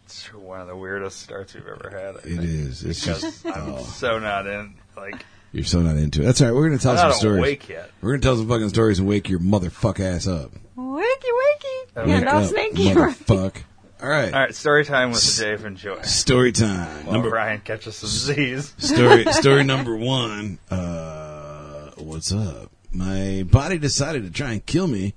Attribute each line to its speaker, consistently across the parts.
Speaker 1: It's one of the weirdest starts we've ever had. I
Speaker 2: it
Speaker 1: think,
Speaker 2: is. It's
Speaker 1: Because
Speaker 2: just
Speaker 1: I'm
Speaker 2: oh,
Speaker 1: so not in. Like,
Speaker 2: you're so not into it. That's all right. We're gonna tell
Speaker 1: I'm
Speaker 2: some
Speaker 1: not
Speaker 2: stories.
Speaker 1: awake yet.
Speaker 2: We're gonna tell some fucking stories and wake your motherfuck ass up.
Speaker 3: Wakey, wakey.
Speaker 1: Okay.
Speaker 3: Yeah,
Speaker 2: Wake
Speaker 3: no
Speaker 2: up,
Speaker 3: snaky.
Speaker 2: motherfuck. All right.
Speaker 1: All right, story time with Dave and Joy.
Speaker 2: Story time.
Speaker 1: While Ryan catches some Z's.
Speaker 2: story story number one. Uh, what's up? My body decided to try and kill me.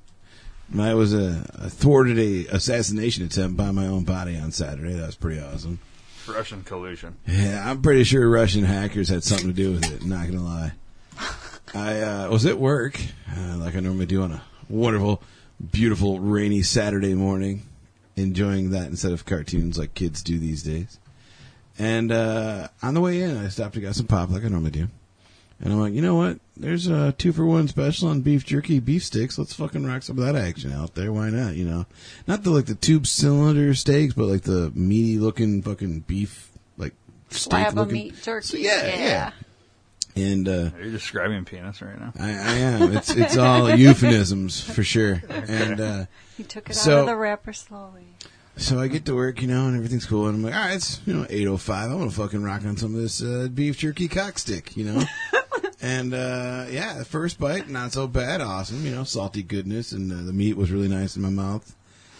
Speaker 2: I was a, a thwarted a assassination attempt by my own body on Saturday. That was pretty awesome.
Speaker 1: Russian collusion.
Speaker 2: Yeah, I'm pretty sure Russian hackers had something to do with it. Not gonna lie. I uh, was at work, uh, like I normally do on a wonderful, beautiful, rainy Saturday morning, enjoying that instead of cartoons like kids do these days. And uh, on the way in, I stopped to get some pop, like I normally do. And I'm like, you know what? There's a two for one special on beef jerky, beef sticks. Let's fucking rock some of that action out there. Why not? You know, not the like the tube cylinder steaks, but like the meaty looking fucking beef, like steak
Speaker 3: Slab of
Speaker 2: looking.
Speaker 3: meat jerky.
Speaker 2: So, yeah, yeah.
Speaker 3: yeah.
Speaker 2: And uh,
Speaker 1: Are you describing penis right now?
Speaker 2: I, I am. It's it's all euphemisms for sure. And uh,
Speaker 3: He took it
Speaker 2: So-
Speaker 3: out of the wrapper slowly.
Speaker 2: so I get to work, you know, and everything's cool. And I'm like, all right, it's you know eight oh five. I want to fucking rock on some of this uh, beef jerky cock stick, you know. and uh, yeah, the first bite not so bad, awesome, you know, salty goodness, and uh, the meat was really nice in my mouth.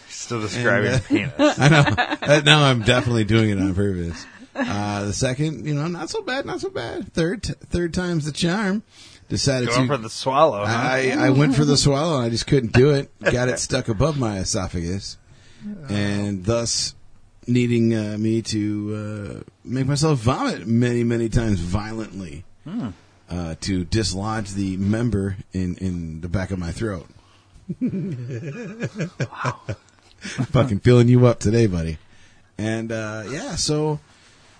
Speaker 1: Still describing
Speaker 2: And, uh,
Speaker 1: penis.
Speaker 2: I know. Uh, now I'm definitely doing it on purpose. Uh, the second, you know, not so bad, not so bad. Third, t- third time's the charm. Decided
Speaker 1: Going
Speaker 2: to
Speaker 1: for the swallow, huh?
Speaker 2: I, I went for the swallow and I just couldn't do it. Got it stuck above my esophagus, and thus needing uh, me to uh, make myself vomit many, many times violently
Speaker 1: Hmm.
Speaker 2: uh, to dislodge the member in, in the back of my throat. Fucking filling you up today, buddy. And uh, yeah, so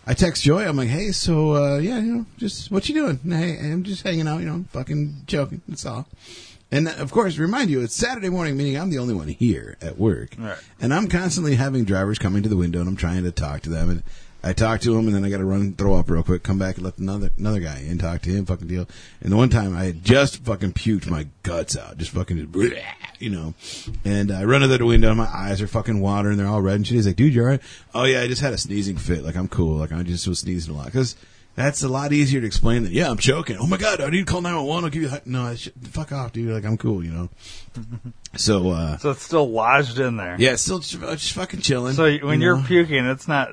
Speaker 2: I text Joy. I'm like, hey, so uh, yeah, you know, just what you doing? And, Hey, I'm just hanging out. You know, fucking joking. That's all. And uh, of course, remind you, it's Saturday morning, meaning I'm the only one here at work,
Speaker 1: Right.
Speaker 2: and I'm constantly having drivers coming to the window, and I'm trying to talk to them, and I talk to them, and then I got to run, and throw up real quick, come back, and let another another guy in, talk to him, fucking deal. And the one time I had just fucking puked my guts out, just fucking, just, bleh, you know, and I run to the window, and my eyes are fucking watering, they're all red and shit. He's like, "Dude, you alright?" Oh yeah, I just had a sneezing fit. Like I'm cool. Like I just was sneezing a lot because. That's a lot easier to explain than, yeah, I'm choking. Oh my God, I need to call 911. I'll give you, no, I should, fuck off, dude. Like, I'm cool, you know? So, uh,
Speaker 1: So it's still lodged in there.
Speaker 2: yeah, it's still just, uh, just fucking chilling.
Speaker 1: So y- when
Speaker 2: you
Speaker 1: you are
Speaker 2: know?
Speaker 1: puking, it's not.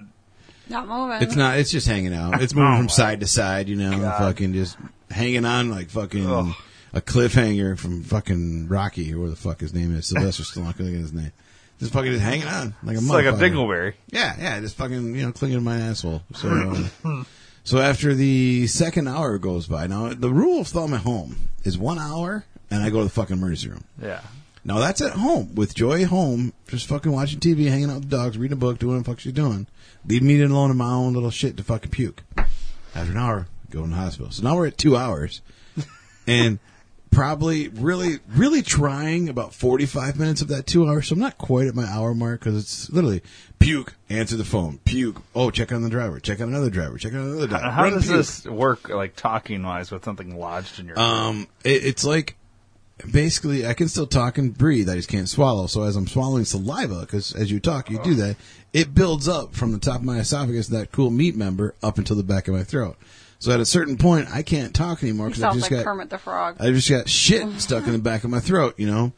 Speaker 3: Not moving.
Speaker 2: it's not, it's just hanging out. It's moving
Speaker 1: Oh,
Speaker 2: from
Speaker 1: my
Speaker 2: side to side, you know,
Speaker 1: God.
Speaker 2: fucking just hanging on like fucking
Speaker 1: Ugh.
Speaker 2: a cliffhanger from fucking Rocky or whatever the fuck his name is. Sylvester Stallone, I couldn't think of his name. Just fucking just hanging on like a
Speaker 1: It's like a
Speaker 2: motherfucker.
Speaker 1: dingleberry.
Speaker 2: Yeah, yeah, just fucking you know clinging to my asshole. So, uh, so after the second hour goes by, now the rule of thumb at home is one hour, and I go to the fucking emergency room.
Speaker 1: Yeah.
Speaker 2: Now that's at home with Joy home, just fucking watching TV, hanging out with the dogs, reading a book, doing what the fuck she's doing. Leave me alone in my own little shit to fucking puke. After an hour, go to the hospital. So now we're at two hours, and probably really, really trying about forty-five minutes of that two hours. So I'm not quite at my hour mark because it's literally puke. Answer the phone, puke. Oh, check on the driver. Check on another driver. Check on another driver.
Speaker 1: Now, How
Speaker 2: Run,
Speaker 1: does
Speaker 2: puke.
Speaker 1: this work, like talking wise, with something lodged in your?
Speaker 2: Um, it, it's like basically I can still talk and breathe. I just can't swallow. So as I'm swallowing saliva, because as you talk, you
Speaker 3: Uh-huh.
Speaker 2: do that. It builds up from the top of my esophagus, that cool meat member, up until the back of my throat. So at a certain point, I can't talk anymore
Speaker 3: You
Speaker 2: because I
Speaker 3: sound
Speaker 2: just
Speaker 3: like
Speaker 2: got
Speaker 3: Kermit the Frog.
Speaker 2: I just got shit stuck in the back of my throat, you know.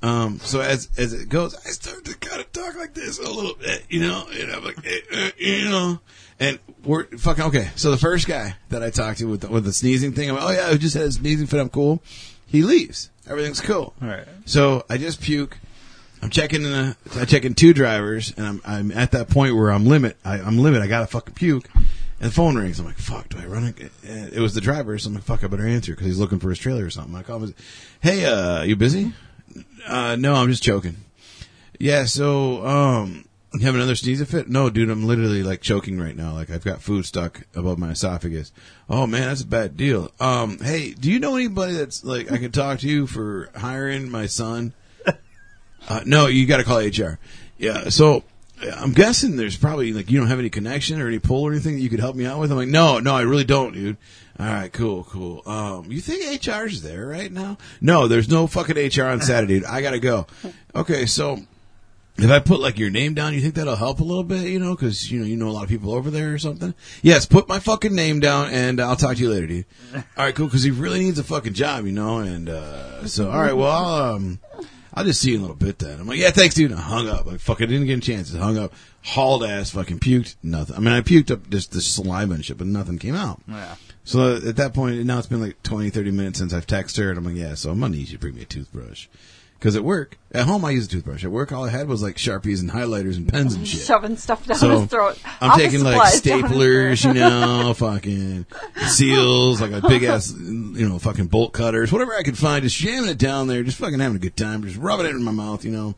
Speaker 2: Um, so as as it goes, I start to kind of talk like this a little bit, you know, and I'm like, eh, eh, you know, and we're fucking okay. So the first guy that I talked to with the, with the sneezing thing, I'm like, oh yeah, I just had a sneezing fit. I'm cool. He leaves. Everything's cool.
Speaker 1: All right.
Speaker 2: So I just puke. I'm checking in a, I check in two drivers, and I'm I'm at that point where I'm limit. I, I'm limit. I gotta fucking puke. And the phone rings. I'm like, fuck. Do I run? It, it was the driver, so I'm like, fuck. I better answer because he's looking for his trailer or something. I call him. Hey, uh, you busy? Uh, no, I'm just choking. Yeah. So, um, you have another sneeze fit? No, dude. I'm literally like choking right now. Like I've got food stuck above my esophagus. Oh man, that's a bad deal. Um, hey, do you know anybody that's like I can talk to for hiring my son? Uh, no, you got to call HR. Yeah. So I'm guessing there's probably like you don't have any connection or any pull or anything that you could help me out with. I'm like, no, no, I really don't, dude. All right, cool, cool. Um, you think HR's there right now? No, there's no fucking HR on Saturday, dude. I gotta go. Okay, so if I put like your name down, you think that'll help a little bit, you know, because you know you know a lot of people over there or something. Yes, put my fucking name down, and uh, I'll talk to you later, dude. All right, cool, because he really needs a fucking job, you know. And uh, so, all right, well, I'll, um, I'll just see you in a little bit then. I'm like, yeah, thanks, dude. And I hung up. Like, fuck, I didn't get a chance. I hung up, hauled ass, fucking puked, nothing. I mean, I puked up just the saliva and shit, but nothing came out.
Speaker 1: yeah.
Speaker 2: So at that point, now it's been like 20, 30 minutes since I've texted her, and I'm like, yeah, so I'm gonna need you to bring me a toothbrush. Because at work, at home I use a toothbrush. At work, all I had was like sharpies and highlighters and pens and shit.
Speaker 3: Shoving stuff down
Speaker 2: So
Speaker 3: his throat.
Speaker 2: I'm
Speaker 3: Office
Speaker 2: taking like
Speaker 3: supplies down his throat.
Speaker 2: staplers, you know, fucking seals, like a big ass, you know, fucking bolt cutters, whatever I could find, just jamming it down there, just fucking having a good time, just rubbing it in my mouth, you know,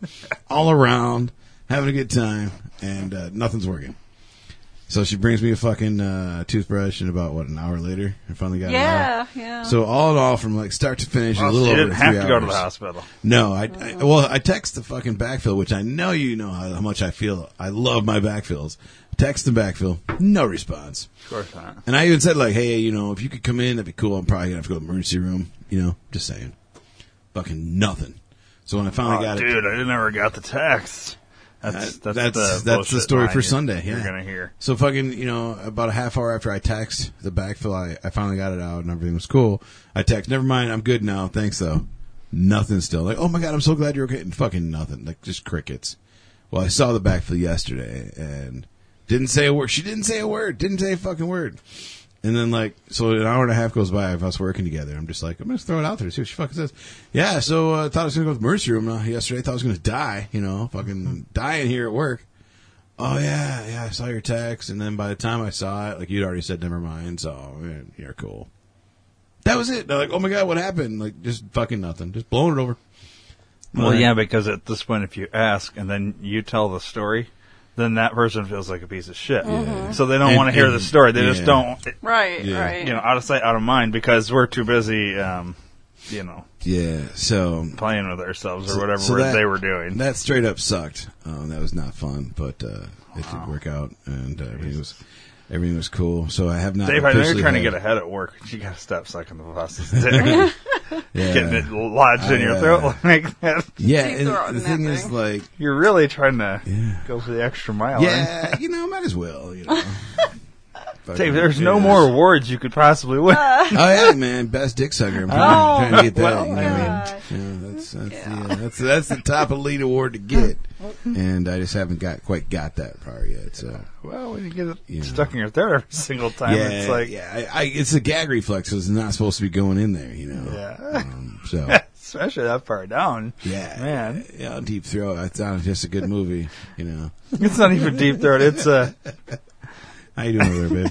Speaker 2: all around, having a good time, and uh, nothing's working. So she brings me a fucking uh, toothbrush, and about what an hour later, I finally got it. out.
Speaker 3: Yeah, yeah.
Speaker 2: So all in all, from like start to finish, a
Speaker 1: Well,
Speaker 2: little
Speaker 1: you
Speaker 2: over
Speaker 1: didn't have
Speaker 2: three
Speaker 1: to go to the
Speaker 2: hours.
Speaker 1: hospital.
Speaker 2: No, I, I well, I text the fucking backfill, which I know you know how, how much I feel. I love my backfills. Text the backfill, no response.
Speaker 1: Of course not.
Speaker 2: And I even said like, hey, you know, if you could come in, that'd be cool. I'm probably gonna have to go to the emergency room. You know, just saying, fucking nothing. So when I finally
Speaker 1: Oh,
Speaker 2: got it,
Speaker 1: dude, I never got the text. That's
Speaker 2: That-
Speaker 1: that's
Speaker 2: that's-
Speaker 1: the,
Speaker 2: that's the
Speaker 1: bullshit
Speaker 2: story
Speaker 1: line
Speaker 2: for
Speaker 1: you-
Speaker 2: Sunday,
Speaker 1: You're
Speaker 2: yeah.
Speaker 1: gonna hear.
Speaker 2: So fucking, you know, about a half hour after I text the backfill, I, I finally got it out and everything was cool. I text, never mind, I'm good now. Thanks though. Nothing still. Like, oh my god, I'm so glad you're okay. And fucking nothing. Like just crickets. Well, I saw the backfill yesterday and didn't say a word. She didn't say a word. Didn't say a fucking word. And then like, so an hour and a half goes by of us working together. I'm just like, I'm gonna throw it out there, see what she fucking says. Yeah, so uh, thought I was gonna go to the emergency room uh, yesterday. Thought I was gonna die, you know, fucking dying here at work. Oh yeah, yeah. I saw your text, and then by the time I saw it, like you'd already said, never mind. So eh, you're cool. That was it. They're like, oh my god, what happened? Like just fucking nothing. Just blowing it over.
Speaker 1: Well,
Speaker 2: Right.
Speaker 1: yeah, because at this point, if you ask and then you tell the story, then that person feels like a piece of shit.
Speaker 2: Mhm.
Speaker 1: So they don't
Speaker 2: And-
Speaker 1: want to hear
Speaker 2: and-
Speaker 1: the story. They
Speaker 2: yeah.
Speaker 1: just don't,
Speaker 3: Right,
Speaker 2: Yeah.
Speaker 3: right.
Speaker 1: you know, out of sight, out of mind because we're too busy, um, you know,
Speaker 2: Yeah. So
Speaker 1: playing with ourselves
Speaker 2: So-
Speaker 1: or whatever
Speaker 2: so that-
Speaker 1: they were doing.
Speaker 2: that straight up sucked. Um, that was not fun, but uh, it did work out, and uh, everything was everything was cool. So I have not.
Speaker 1: Dave, I know you're
Speaker 2: officially
Speaker 1: trying to
Speaker 2: had-
Speaker 1: get ahead at work. You gotta stop sucking the boss's dick,
Speaker 2: Yeah.
Speaker 1: getting it lodged in your
Speaker 2: I, uh,
Speaker 1: throat like that.
Speaker 2: Yeah,
Speaker 3: Keep
Speaker 2: and
Speaker 3: throwing
Speaker 2: the
Speaker 3: that
Speaker 2: thing is,
Speaker 3: thing.
Speaker 2: like,
Speaker 1: You're really trying to
Speaker 2: Yeah.
Speaker 1: go for the extra mile. aren't
Speaker 2: yeah, you know, might as well, you know.
Speaker 1: you?
Speaker 2: Fucking
Speaker 1: Oh, Dave, there's
Speaker 2: do
Speaker 1: no
Speaker 2: this.
Speaker 1: more awards you could possibly win.
Speaker 2: Oh yeah, man, best dick sucker. I'm
Speaker 1: Oh,
Speaker 2: trying, trying to get that.
Speaker 1: well,
Speaker 2: you know, what I mean? Yeah, that's that's, yeah. that's that's the top elite award to get, and I just haven't got quite got that part yet. So
Speaker 1: well, when you get it
Speaker 2: Yeah.
Speaker 1: stuck in your throat every single time,
Speaker 2: yeah,
Speaker 1: it's like,
Speaker 2: yeah, I, I, it's a gag reflex. So it's not supposed to be going in there, you know.
Speaker 1: Yeah.
Speaker 2: Um, so
Speaker 1: especially that far down.
Speaker 2: yeah,
Speaker 1: Man.
Speaker 2: yeah, Deep Throat. It's not just a good movie, you know.
Speaker 1: It's not even deep throat. It's uh,
Speaker 2: How you doing over there,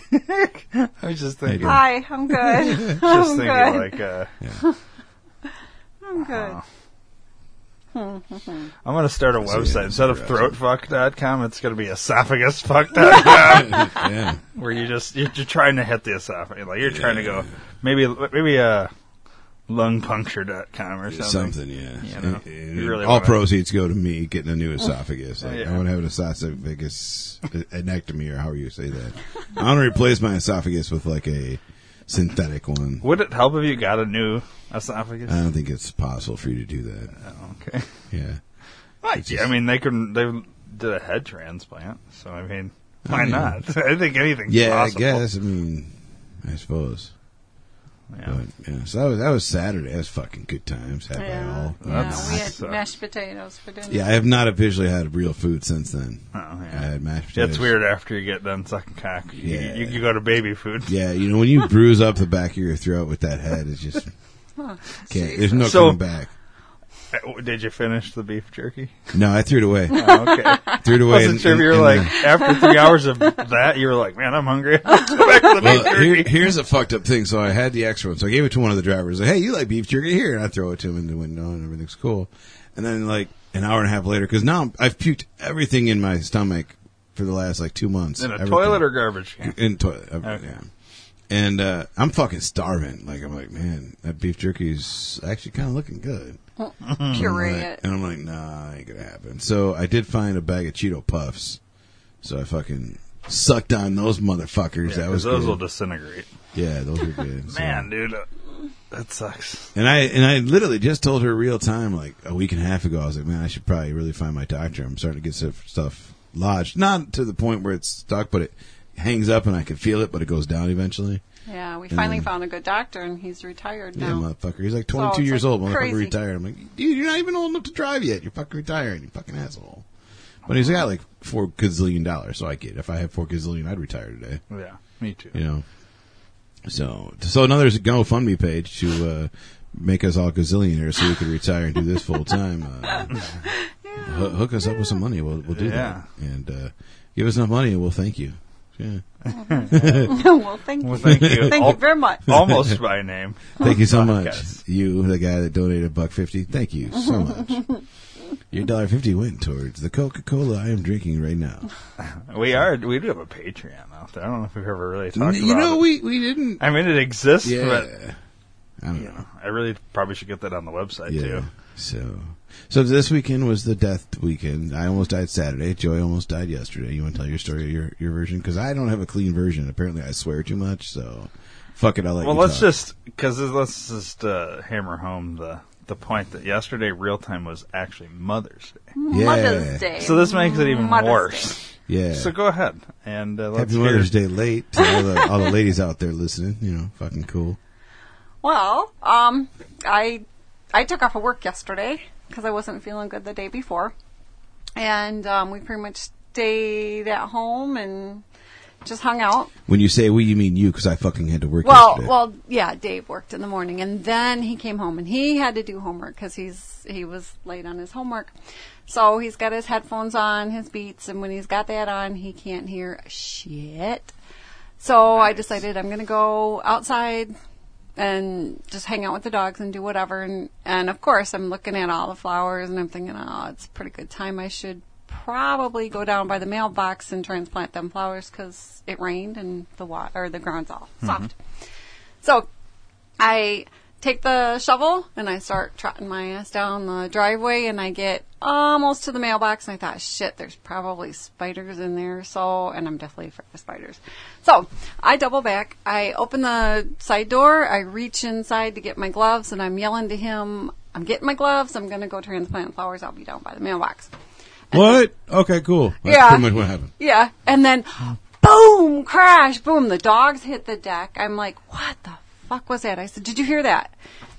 Speaker 2: babe?
Speaker 1: I was just
Speaker 2: How
Speaker 1: thinking,
Speaker 2: you
Speaker 3: Hi, I'm good.
Speaker 1: just
Speaker 3: I'm
Speaker 1: thinking
Speaker 3: good.
Speaker 1: like, uh,
Speaker 3: I'm good.
Speaker 1: I'm gonna start a
Speaker 2: that's
Speaker 1: website instead of
Speaker 2: interesting.
Speaker 1: throatfuck.com. It's gonna be esophagusfuck.com.
Speaker 2: yeah,
Speaker 1: where you just you're, you're trying to hit the esophagus, like you're trying to go maybe maybe uh lungpuncture.com or something.
Speaker 2: something. Yeah,
Speaker 1: You know,
Speaker 2: Uh,
Speaker 1: you really
Speaker 2: all
Speaker 1: wanna- Oh,
Speaker 2: proceeds go to me getting a new esophagus. Like, I
Speaker 1: Yeah.
Speaker 2: want to have an esophagus anectomy, or however you say that. I want to replace my esophagus with like a synthetic one.
Speaker 1: Would it help if you got a new esophagus?
Speaker 2: I don't think it's possible for you to do that.
Speaker 1: Oh, okay.
Speaker 2: Yeah.
Speaker 1: Right. Yeah, I mean, they can they did a head transplant, so I mean, why
Speaker 2: yeah.
Speaker 1: not? I think anything's
Speaker 2: Yeah,
Speaker 1: possible.
Speaker 2: I guess. I mean, I suppose.
Speaker 1: Yeah.
Speaker 2: But yeah, so that was that was Saturday. That was fucking good times. Had by
Speaker 3: Yeah.
Speaker 2: all.
Speaker 3: Yeah,
Speaker 1: That's-
Speaker 3: we had
Speaker 1: sucks.
Speaker 3: mashed potatoes for dinner.
Speaker 2: Yeah, I have not officially had real food since then.
Speaker 1: Oh,
Speaker 2: I
Speaker 1: yeah.
Speaker 2: had mashed potatoes.
Speaker 1: It's weird after you get done sucking cock. You,
Speaker 2: Yeah.
Speaker 1: you, you go to baby food.
Speaker 2: Yeah, you know when you bruise up the back of your throat with that head, it's just can't. There's no
Speaker 1: So-
Speaker 2: coming back.
Speaker 1: Uh, Did you finish the beef jerky?
Speaker 2: No, I threw it away.
Speaker 1: Oh, okay.
Speaker 2: threw it away.
Speaker 1: wasn't
Speaker 2: in-
Speaker 1: sure if
Speaker 2: in-
Speaker 1: you were
Speaker 2: in
Speaker 1: like
Speaker 2: the-
Speaker 1: after three hours of that, you were like, man, I'm hungry. Let's go back to the beef
Speaker 2: well, here,
Speaker 1: jerky.
Speaker 2: here's a fucked up thing. So I had the extra one. So I gave it to one of the drivers. Like, hey, you like beef jerky here? And I throw it to him in the window, and everything's cool. And then like an hour and a half later, because now I'm, I've puked everything in my stomach for the last like two months.
Speaker 1: In a
Speaker 2: Everything.
Speaker 1: toilet or garbage can?
Speaker 2: in toilet. uh,
Speaker 1: Okay.
Speaker 2: Yeah. And uh, I'm fucking starving. Like I'm like, man, that beef jerky's actually kind of looking good.
Speaker 3: Puree
Speaker 2: I'm like-
Speaker 3: it.
Speaker 2: And I'm like, nah, ain't gonna happen. So I did find a bag of Cheeto Puffs. So I fucking sucked on those motherfuckers.
Speaker 1: Yeah,
Speaker 2: that
Speaker 1: 'cause
Speaker 2: was
Speaker 1: those
Speaker 2: good.
Speaker 1: will disintegrate.
Speaker 2: yeah, those were good. So-
Speaker 1: Man, dude, uh, that sucks.
Speaker 2: And I and I literally just told her real time, like a week and a half ago. I was like, man, I should probably really find my doctor. I'm starting to get some stuff lodged, not to the point where it's stuck, but it hangs up and I can feel it, but it goes down eventually.
Speaker 3: Yeah, we finally
Speaker 2: then-
Speaker 3: found a good doctor, and he's retired
Speaker 2: Yeah,
Speaker 3: now.
Speaker 2: motherfucker. He's like
Speaker 3: So
Speaker 2: 22
Speaker 3: it's
Speaker 2: years
Speaker 3: like
Speaker 2: old. Motherfucker
Speaker 3: crazy.
Speaker 2: retired. I'm like, dude, you're not even old enough to drive yet. You're fucking retiring. You fucking asshole. But he's got like four gazillion dollars, so I get. it. If I had four gazillion, I'd retire today.
Speaker 1: Yeah, me too.
Speaker 2: You know. So, so another is a GoFundMe page to uh, make us all gazillionaires so we could retire and do this full time. Uh, hoo- hook us up with some money. We'll we'll do
Speaker 1: Yeah.
Speaker 2: that. And uh, give us enough money, and we'll thank you. Yeah.
Speaker 3: well, thank you.
Speaker 1: Well, thank you.
Speaker 3: Thank
Speaker 1: Al-
Speaker 3: you very much.
Speaker 1: almost by name.
Speaker 2: Thank you so much.
Speaker 1: Podcast.
Speaker 2: You, the guy that donated a buck fifty. Thank you so much. Your dollar fifty went towards the Coca Cola I am drinking right now.
Speaker 1: We are. We do have a Patreon out there. I don't know if we've ever really talked
Speaker 2: you
Speaker 1: about
Speaker 2: know,
Speaker 1: it.
Speaker 2: we we didn't.
Speaker 1: I mean, it exists, but
Speaker 2: yeah, I don't
Speaker 1: you
Speaker 2: know.
Speaker 1: know, I really probably should get that on the website
Speaker 2: Yeah.
Speaker 1: too.
Speaker 2: So, so this weekend was the death weekend. I almost died Saturday. Joy almost died yesterday. You want to tell your story, your your version? Because I don't have a clean version. Apparently, I swear too much. So, fuck it. I'll let
Speaker 1: Well,
Speaker 2: you
Speaker 1: let's
Speaker 2: talk.
Speaker 1: just because let's just uh, hammer home the the point that yesterday real time was actually Mother's Day.
Speaker 2: yeah.
Speaker 3: Mother's Day.
Speaker 1: So this makes it even
Speaker 3: Mother's Day.
Speaker 1: worse.
Speaker 2: yeah.
Speaker 1: So go ahead and uh, let's
Speaker 2: Happy
Speaker 1: hear-
Speaker 2: Mother's Day late to all the, all the ladies out there listening. You know, fucking cool.
Speaker 3: Well, um, I I took off of work yesterday because I wasn't feeling good the day before, and um, we pretty much stayed at home and just hung out.
Speaker 2: When you say we, you mean you, because I fucking had to work
Speaker 3: Well,
Speaker 2: yesterday.
Speaker 3: well, yeah. Dave worked in the morning, and then he came home, and he had to do homework because he's he was late on his homework. So he's got his headphones on, his Beats, and when he's got that on, he can't hear shit. So I decided I'm going to go outside and just hang out with the dogs and do whatever. And and of course, I'm looking at all the flowers, and I'm thinking, oh, it's a pretty good time. I should probably go down by the mailbox and transplant them flowers because it rained and the water or the ground's all soft. So I take the shovel and I start trotting my ass down the driveway and I get almost to the mailbox and I thought, shit, there's probably spiders in there. So, and I'm definitely afraid of spiders. So I double back. I open the side door. I reach inside to get my gloves and I'm yelling to him, I'm getting my gloves. I'm going to go transplant flowers. I'll be down by the mailbox.
Speaker 2: What? Okay, cool. That's
Speaker 3: Yeah.
Speaker 2: pretty much what happened.
Speaker 3: Yeah. And then boom, crash, boom, the dogs hit the deck. I'm like, what the fuck was that? I said, did you hear that?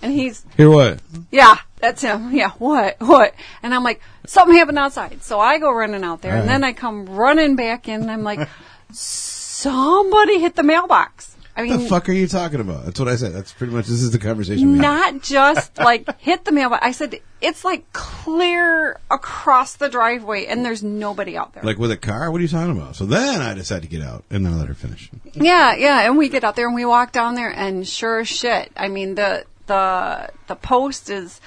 Speaker 3: And he's,
Speaker 2: Hear what?
Speaker 3: yeah, that's him. Yeah, what, what? And I'm like, something happened outside. So I go running out there and
Speaker 2: Right.
Speaker 3: then I come running back in and I'm like, somebody hit the mailbox. I
Speaker 2: What
Speaker 3: mean,
Speaker 2: the fuck are you talking about? That's what I said. That's pretty much, this is the conversation we had.
Speaker 3: not just like hit the mailbox. I said, it's like clear across the driveway and there's nobody out there.
Speaker 2: Like with a car? What are you talking about? So then I decided to get out and then I let her finish.
Speaker 3: Yeah, yeah, and we get out there and we walk down there, and sure as shit, I mean the the the post is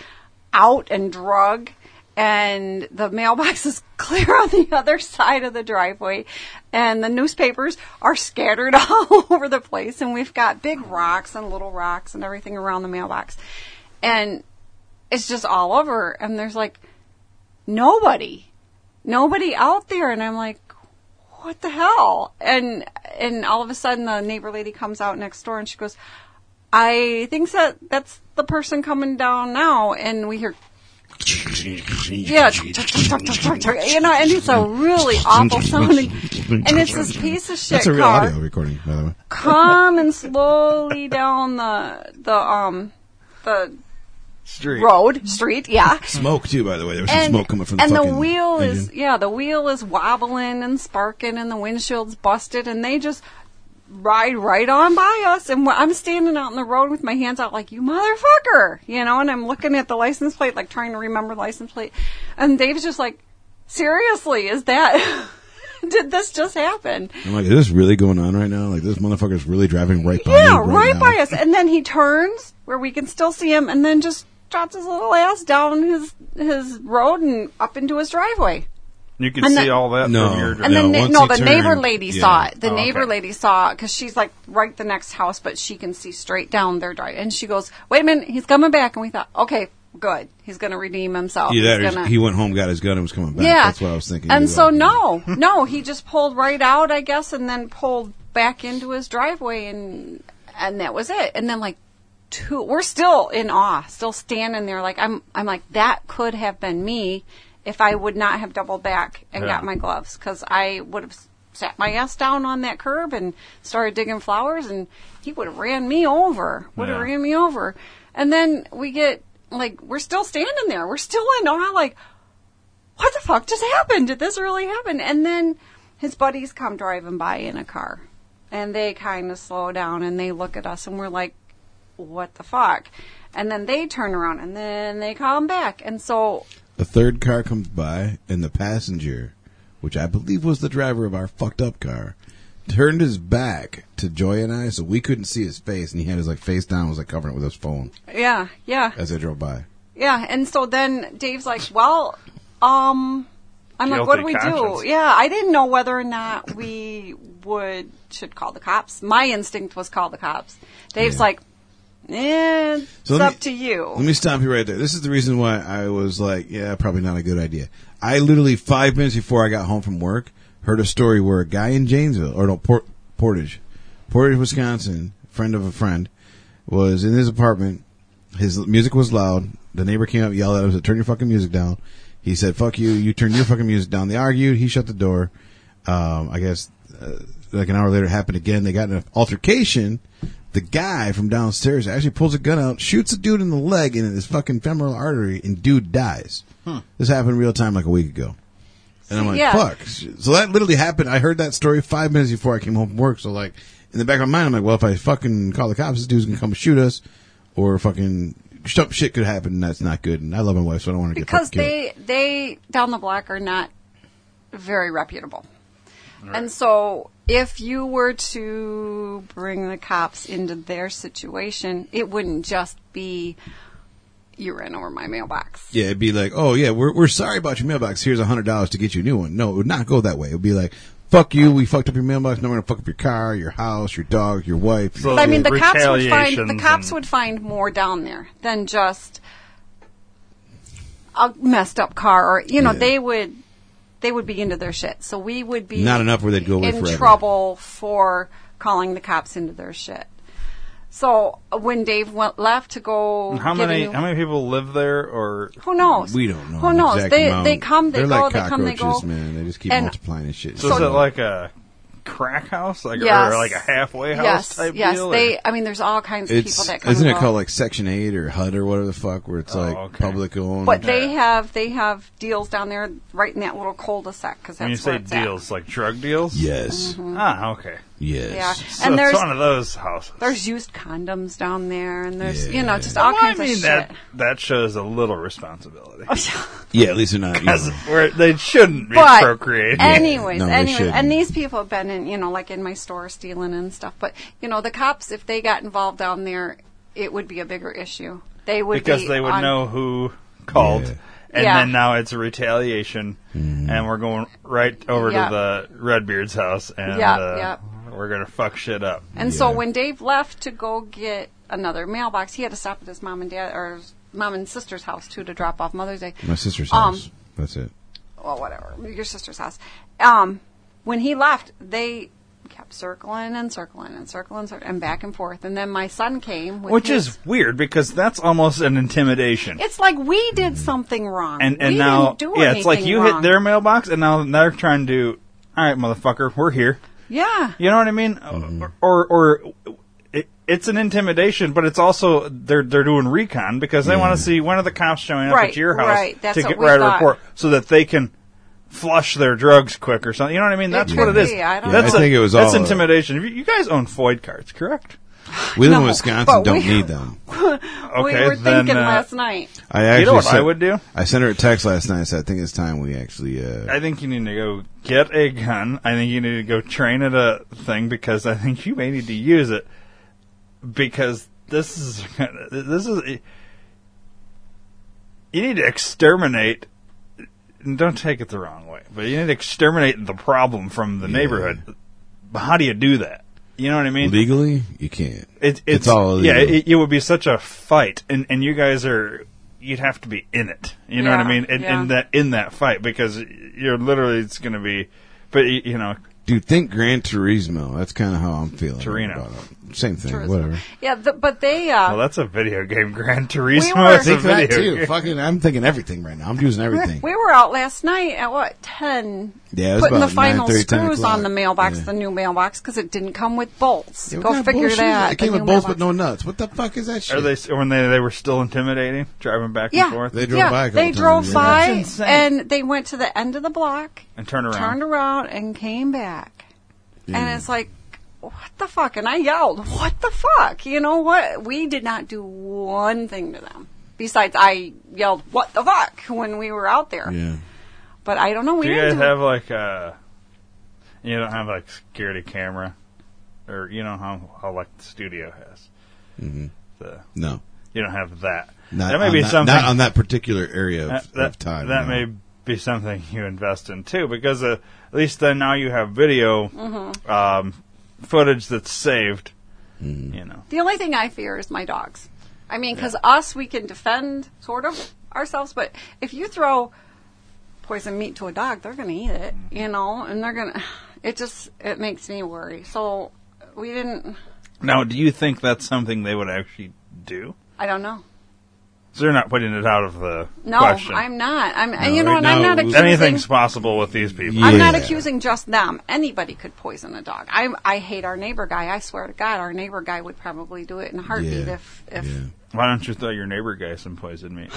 Speaker 3: out and drug, and the mailbox is clear on the other side of the driveway, and the newspapers are scattered all over the place, and we've got big rocks and little rocks and everything around the mailbox, and it's just all over, and there's like nobody, nobody out there, and I'm like, what the hell? And and all of a sudden the neighbor lady comes out next door and she goes, I think that that's the person coming down now, and we hear yeah, tuck, tuck, tuck, tuck, tuck, tuck, you know, and it's a really awful sounding, and it's this piece of shit
Speaker 2: That's a real
Speaker 3: car
Speaker 2: audio recording, by the way.
Speaker 3: coming slowly down the the um the
Speaker 1: Street.
Speaker 3: road street, yeah,
Speaker 2: Smoke, too, by the way. There was some smoke coming from the
Speaker 3: and
Speaker 2: fucking
Speaker 3: the wheel is
Speaker 2: engine.
Speaker 3: yeah the wheel is wobbling and sparking and the windshield's busted and they just ride right on by us and wh- i'm standing out in the road with my hands out like you motherfucker you know and i'm looking at the license plate like trying to remember the license plate and dave's just like seriously is that did this just happen
Speaker 2: I'm like, is this really going on right now? Like, this motherfucker's really driving right by
Speaker 3: yeah
Speaker 2: me
Speaker 3: right,
Speaker 2: now.
Speaker 3: by us and then he turns where we can still see him and then just drops his little ass down his his road and up into his driveway
Speaker 1: You can
Speaker 3: And
Speaker 1: see
Speaker 3: the-
Speaker 1: all that
Speaker 2: No.
Speaker 1: from your
Speaker 2: And
Speaker 3: And
Speaker 2: No,
Speaker 3: then
Speaker 2: once
Speaker 3: no,
Speaker 2: he
Speaker 3: the neighbor
Speaker 2: turned-
Speaker 3: lady
Speaker 2: yeah.
Speaker 3: saw it. The
Speaker 1: Oh,
Speaker 3: neighbor
Speaker 1: okay.
Speaker 3: lady saw it because she's like right the next house, but she can see straight down their drive. And she goes, "Wait a minute, he's coming back." And we thought, "Okay, good, he's going to redeem himself."
Speaker 2: Either that or
Speaker 3: He's
Speaker 2: he's-
Speaker 3: gonna-
Speaker 2: he went home, got his gun, and was coming back.
Speaker 3: yeah,
Speaker 2: That's what I was thinking.
Speaker 3: And
Speaker 2: He
Speaker 3: so
Speaker 2: was-
Speaker 3: no, no, he just pulled right out, I guess, and then pulled back into his driveway, and and that was it. And then like two, we're still in awe, still standing there. Like I'm, I'm like that could have been me if I would not have doubled back and
Speaker 1: Yeah.
Speaker 3: got my gloves because I would have sat my ass down on that curb and started digging flowers, and he would have ran me over. Would have
Speaker 1: Yeah.
Speaker 3: ran me over. And then we get like we're still standing there. We're still in awe. Like what the fuck just happened? Did this really happen? And then his buddies come driving by in a car and they kind of slow down and they look at us and we're like, what the fuck? And then they turn around and then they come back. And so,
Speaker 2: A third car comes by, and the passenger, which I believe was the driver of our fucked up car, turned his back to Joy and I, so we couldn't see his face, and he had his like face down, was like covering it with his phone
Speaker 3: yeah, yeah,
Speaker 2: as they drove by.
Speaker 3: yeah. And so then Dave's like, well, um, I'm like,
Speaker 1: Guilty
Speaker 3: what do we
Speaker 1: conscience.
Speaker 3: do? Yeah, I didn't know whether or not we would, should call the cops. My instinct was call the cops. Dave's
Speaker 2: Yeah.
Speaker 3: like, eh, it's
Speaker 2: So let
Speaker 3: up
Speaker 2: me-
Speaker 3: to you.
Speaker 2: Let me stop you right there. This is the reason why I was like, yeah, probably not a good idea. I literally five minutes before I got home from work heard a story where a guy in Janesville, or no, Port- Portage, Portage, Wisconsin, friend of a friend, was in his apartment. His music was loud. The neighbor came up, yelled at him, said, "Turn your fucking music down." He said, "Fuck you." You turned your fucking music down. They argued. He shut the door. Um, I guess uh, like an hour later, it happened again. They got in an altercation. The guy from downstairs actually pulls a gun out, shoots a dude in the leg and in his fucking femoral artery, and dude dies. This happened real time like a week ago. And I'm like,
Speaker 3: Yeah.
Speaker 2: fuck. So that literally happened. I heard that story five minutes before I came home from work. So like in the back of my mind, I'm like, well, if I fucking call the cops, this dude's gonna come shoot us, or fucking some shit could happen. and That's not good. And I love my wife, so I don't want to get
Speaker 3: because
Speaker 2: fucking killed.
Speaker 3: they they down the block are not very reputable and so if you were to bring the cops into their situation it wouldn't just be you ran over my mailbox.
Speaker 2: Yeah, it'd be like, oh yeah, we're we're sorry about your mailbox. Here's a hundred dollars to get you a new one. No, it would not go that way. It would be like, fuck you. We fucked up your mailbox. Now we're gonna fuck up your car, your house, your dog, your wife.
Speaker 1: So-
Speaker 3: But I mean, the cops would find the
Speaker 1: retaliations
Speaker 3: cops
Speaker 1: and-
Speaker 3: would find more down there than just a messed up car, or you know,
Speaker 2: Yeah.
Speaker 3: they would they would be into their shit. So we would be
Speaker 2: Not enough where they'd go away
Speaker 3: in
Speaker 2: forever.
Speaker 3: trouble for calling the cops into their shit. So when Dave went left to go,
Speaker 1: How
Speaker 3: get a
Speaker 1: many
Speaker 3: new-
Speaker 1: how many people live there or
Speaker 3: Who knows?
Speaker 2: we don't know.
Speaker 3: Who
Speaker 2: the
Speaker 3: knows?
Speaker 2: exact
Speaker 3: they
Speaker 2: amount.
Speaker 3: they come, they
Speaker 2: They're
Speaker 3: go,
Speaker 2: like
Speaker 3: they come, they go.
Speaker 2: cockroaches, Man, they just keep
Speaker 3: And-
Speaker 2: multiplying and shit.
Speaker 1: so is it like a crack house like
Speaker 3: Yes.
Speaker 1: or like a halfway house
Speaker 3: Yes,
Speaker 1: type
Speaker 3: yes.
Speaker 1: deal? or-
Speaker 3: They, I mean, there's all kinds of people
Speaker 2: it's
Speaker 3: that come.
Speaker 2: isn't
Speaker 3: and go.
Speaker 2: it called like Section Eight or HUD or whatever the fuck where it's
Speaker 1: Oh,
Speaker 2: like
Speaker 1: okay.
Speaker 2: public owned?
Speaker 1: Mm-hmm.
Speaker 3: But they have they have deals down there right in that little cul-de-sac because that's
Speaker 1: when you
Speaker 3: where
Speaker 1: say
Speaker 3: it's at.
Speaker 1: deals like drug deals?
Speaker 2: yes,
Speaker 3: Mm-hmm.
Speaker 1: Ah, okay.
Speaker 2: yes.
Speaker 3: Yeah.
Speaker 1: So
Speaker 3: And
Speaker 1: it's
Speaker 3: there's-
Speaker 1: one of those houses.
Speaker 3: There's used condoms down there, and there's you know
Speaker 2: Yeah.
Speaker 3: just all
Speaker 1: Well, I
Speaker 3: kinds
Speaker 1: mean
Speaker 3: of
Speaker 1: that that shows a little responsibility.
Speaker 3: shit.
Speaker 2: Yeah, at least they're not. you
Speaker 1: Because
Speaker 2: know.
Speaker 1: where they shouldn't be
Speaker 3: but
Speaker 1: procreating.
Speaker 3: anyways,
Speaker 2: No, they
Speaker 3: anyways,
Speaker 2: shouldn't.
Speaker 3: and these people have been in you know like in my store stealing and stuff. But you know the cops, if they got involved down there, it would be a bigger issue. They would
Speaker 1: because
Speaker 3: be
Speaker 1: they would
Speaker 3: on-
Speaker 1: know who called,
Speaker 2: Yeah.
Speaker 1: and
Speaker 3: Yeah.
Speaker 1: then now it's a retaliation, and we're going right over
Speaker 3: Yeah.
Speaker 1: to the Redbeard's house, and
Speaker 3: Yeah,
Speaker 1: uh,
Speaker 3: yeah.
Speaker 1: we're gonna fuck shit up.
Speaker 3: And so
Speaker 2: Yeah.
Speaker 3: when Dave left to go get another mailbox, he had to stop at his mom and dad or his mom and sister's house too to drop off Mother's Day.
Speaker 2: My sister's
Speaker 3: Um,
Speaker 2: house. That's it.
Speaker 3: well, whatever, your sister's house. Um, when he left, they kept circling and circling and circling and, circling and back and forth. And then my son came, with
Speaker 1: Which
Speaker 3: his-
Speaker 1: is weird because that's almost an intimidation.
Speaker 3: it's like we did something wrong.
Speaker 1: and and
Speaker 3: we
Speaker 1: now
Speaker 3: didn't do
Speaker 1: yeah, it's like
Speaker 3: anything
Speaker 1: you
Speaker 3: wrong.
Speaker 1: hit their mailbox, and now they're trying to. All right, motherfucker, we're here.
Speaker 3: yeah.
Speaker 1: You know what I mean?
Speaker 2: Mm-hmm.
Speaker 1: Or or, or it, it's an intimidation, but it's also they're they're doing recon because they
Speaker 2: Mm-hmm.
Speaker 1: want to see when are the cops showing up
Speaker 3: Right,
Speaker 1: at your house
Speaker 3: right. That's
Speaker 1: to
Speaker 3: what
Speaker 1: get
Speaker 3: we
Speaker 1: write a
Speaker 3: thought.
Speaker 1: report so that they can flush their drugs quick or something. You know what I mean? That's
Speaker 3: could
Speaker 1: what it is.
Speaker 3: be. I don't
Speaker 1: that's
Speaker 2: know. I think it was
Speaker 1: that's
Speaker 2: all, uh,
Speaker 1: intimidation. You- you guys own Foyd cards, correct?
Speaker 2: We live
Speaker 3: No,
Speaker 2: in Wisconsin.
Speaker 3: but
Speaker 2: Don't
Speaker 3: we-
Speaker 2: need them.
Speaker 1: Okay,
Speaker 3: we were
Speaker 1: then,
Speaker 3: thinking
Speaker 1: uh,
Speaker 3: last night.
Speaker 2: I actually
Speaker 1: You know what I
Speaker 2: sent-
Speaker 1: would do?
Speaker 2: I sent her a text last night. and said I think it's time we actually. Uh,
Speaker 1: I think you need to go get a gun. I think you need to go train at a thing because I think you may need to use it because this is this is you need to exterminate. and Don't take it the wrong way, but you need to exterminate the problem from the neighborhood. But how do you do that? You know what I mean?
Speaker 2: legally, you can't.
Speaker 1: It, it's,
Speaker 2: It's all illegal.
Speaker 1: yeah. It, it would be such a fight, and and you guys are you'd have to be in it. You know what I
Speaker 3: Yeah,
Speaker 1: mean? In,
Speaker 3: yeah.
Speaker 1: in that in that fight because you're literally it's going to be, but y- you know,
Speaker 2: Dude, think Gran Turismo. That's kind of how I'm feeling.
Speaker 1: Torino.
Speaker 2: about it. Same thing.
Speaker 3: Tourism.
Speaker 2: Whatever.
Speaker 3: Yeah, the, but they. Uh,
Speaker 1: well that's a video game. Gran Turismo
Speaker 3: were-
Speaker 1: is a
Speaker 2: Think
Speaker 1: video
Speaker 2: that too.
Speaker 1: game.
Speaker 2: Fucking, I'm thinking everything right now. I'm using everything.
Speaker 3: We were out last night at what ten?
Speaker 2: Yeah, it was
Speaker 3: putting
Speaker 2: about
Speaker 3: the final
Speaker 2: 9:30, 10
Speaker 3: screws
Speaker 2: o'clock.
Speaker 3: on the mailbox,
Speaker 2: Yeah.
Speaker 3: the new mailbox, because it didn't come with bolts.
Speaker 2: Yeah, what
Speaker 3: Go
Speaker 2: kind of
Speaker 3: figure
Speaker 2: bullshit is
Speaker 3: that.
Speaker 2: It came
Speaker 3: the
Speaker 2: with
Speaker 3: new
Speaker 2: bolts but
Speaker 3: mailbox.
Speaker 2: no nuts. What the fuck is that shit?
Speaker 1: Are they s- when they they were still intimidating, driving back
Speaker 3: Yeah,
Speaker 1: and forth
Speaker 2: They drove
Speaker 3: yeah,
Speaker 2: by a couple
Speaker 3: they
Speaker 2: times,
Speaker 3: drove
Speaker 2: yeah.
Speaker 3: by,
Speaker 1: That's insane.
Speaker 3: and they went to the end of the block,
Speaker 1: and turn around?
Speaker 3: turned around, and came back.
Speaker 2: Yeah.
Speaker 3: And it's like, what the fuck? And I yelled, "What the fuck?" You know what? We did not do one thing to them. Besides, I yelled, "What the fuck?" when we were out there.
Speaker 2: yeah.
Speaker 3: But I don't know. We
Speaker 1: do you
Speaker 3: didn't
Speaker 1: guys
Speaker 3: do
Speaker 1: have like uh you don't have like security camera or you know how how like the studio has the
Speaker 2: No.
Speaker 1: you don't have that.
Speaker 2: Mm-hmm. Not,
Speaker 1: that may
Speaker 2: on
Speaker 1: be
Speaker 2: that,
Speaker 1: something
Speaker 2: not on that particular area of,
Speaker 1: that, that,
Speaker 2: of time.
Speaker 1: that
Speaker 2: no.
Speaker 1: may be something you invest in too, because uh, at least then now you have video
Speaker 3: Mm-hmm.
Speaker 1: um, footage that's saved.
Speaker 2: Hmm.
Speaker 1: You know,
Speaker 3: The only thing I fear is my dogs. I mean, because us, we can defend sort of ourselves, but if you throw poison meat to a dog, they're going to eat it,
Speaker 1: Mm-hmm.
Speaker 3: you know, and they're going to. It just it makes me worry. So we didn't.
Speaker 1: now do you think that's something they would actually do?
Speaker 3: I don't know.
Speaker 1: So you're not putting it out of the
Speaker 3: No,
Speaker 1: question.
Speaker 3: I'm not. I'm you know, and I'm
Speaker 2: no,
Speaker 3: not accusing.
Speaker 1: Anything's possible with these people.
Speaker 2: Yeah.
Speaker 3: I'm not accusing just them. Anybody could poison a dog. I I hate our neighbor guy. I swear to God, our neighbor guy would probably do it in a heartbeat
Speaker 2: Yeah.
Speaker 3: if if
Speaker 2: Yeah.
Speaker 1: Why don't you throw your neighbor guy some poison meat?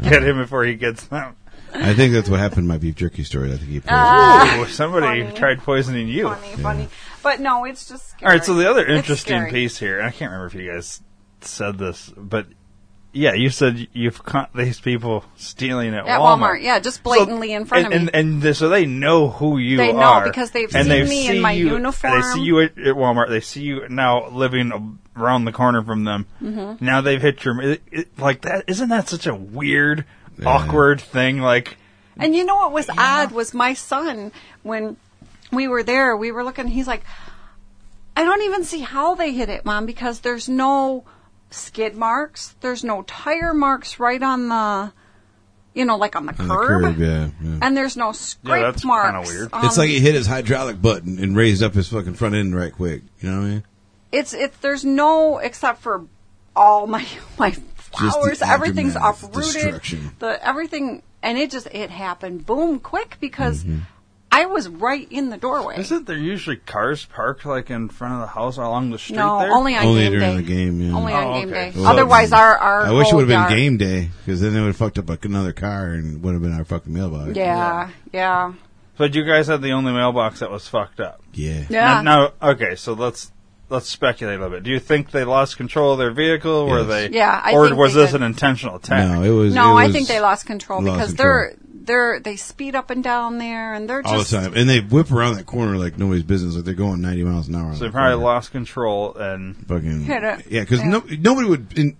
Speaker 1: Get him before he gets them.
Speaker 2: I think that's what happened in my beef jerky story. I think you.
Speaker 1: Ooh, somebody
Speaker 3: Ah. funny.
Speaker 1: tried poisoning you.
Speaker 3: funny, funny. But no, it's just. Scary.
Speaker 1: All right, so the other
Speaker 3: It's
Speaker 1: interesting
Speaker 3: scary.
Speaker 1: piece here, and I can't remember if you guys said this, but yeah, you said you've caught these people stealing at,
Speaker 3: At Walmart, yeah, just blatantly in front
Speaker 1: and,
Speaker 3: of me.
Speaker 1: and, and th- so they know who you
Speaker 3: They know
Speaker 1: are.
Speaker 3: because they've
Speaker 1: and
Speaker 3: seen
Speaker 1: they
Speaker 3: me in
Speaker 1: see
Speaker 3: my
Speaker 1: you-
Speaker 3: uniform.
Speaker 1: They see you at, at Walmart. They see you now living a- around the corner from them. Mm-hmm. Now they've hit your it, it, like that. Isn't that such a weird, awkward thing? Like
Speaker 3: And you know what was odd was my son when we were there, we were looking. He's like, I don't even see how they hit it, mom, because there's no skid marks, there's no tire marks right on the, you know, like on the
Speaker 2: On the
Speaker 3: curb,
Speaker 2: curb, yeah, yeah.
Speaker 3: and there's no scrape
Speaker 1: that's kinda
Speaker 3: marks.
Speaker 1: weird.
Speaker 3: on
Speaker 2: it's like he hit his hydraulic button and raised up his fucking front end right quick. You know what I mean?
Speaker 3: it's it's there's no except for all my my flowers
Speaker 2: the
Speaker 3: everything's
Speaker 2: aftermath,
Speaker 3: uprooted
Speaker 2: destruction.
Speaker 3: the everything and it just it happened boom quick because
Speaker 2: Mm-hmm.
Speaker 3: i was right in the doorway
Speaker 1: Isn't there usually cars parked like in front of the house or along the street?
Speaker 3: no
Speaker 1: there?
Speaker 3: only on
Speaker 2: Only
Speaker 3: game
Speaker 2: during
Speaker 3: day
Speaker 2: the game, yeah.
Speaker 3: only
Speaker 1: Oh,
Speaker 3: on game
Speaker 1: okay.
Speaker 3: day
Speaker 2: Well,
Speaker 3: otherwise
Speaker 2: that's-
Speaker 3: our our
Speaker 2: I wish it
Speaker 3: whole
Speaker 2: would
Speaker 3: yard-
Speaker 2: have been game day because then they would have fucked up like another car and would have been our fucking mailbox.
Speaker 3: yeah yeah
Speaker 1: But you guys had the only mailbox that was fucked up.
Speaker 2: Yeah.
Speaker 3: yeah
Speaker 1: Now, now- okay, so let's let's speculate a little bit. Do you think they lost control of their vehicle? Were
Speaker 2: Yes.
Speaker 1: they?
Speaker 3: Yeah, I
Speaker 1: or
Speaker 3: think
Speaker 1: was
Speaker 3: they
Speaker 1: this
Speaker 3: did.
Speaker 1: an intentional attack?
Speaker 2: No, it was.
Speaker 3: no
Speaker 2: it
Speaker 3: i
Speaker 2: was
Speaker 3: think they lost control
Speaker 2: lost
Speaker 3: because
Speaker 2: control.
Speaker 3: they're they're they speed up and down there and they're just
Speaker 2: all the time, and they whip around that corner like nobody's business. Like they're going ninety miles an hour.
Speaker 1: So they probably lost control, and
Speaker 2: fucking
Speaker 3: Hit it.
Speaker 2: yeah, because
Speaker 3: Yeah.
Speaker 2: no, nobody would. In,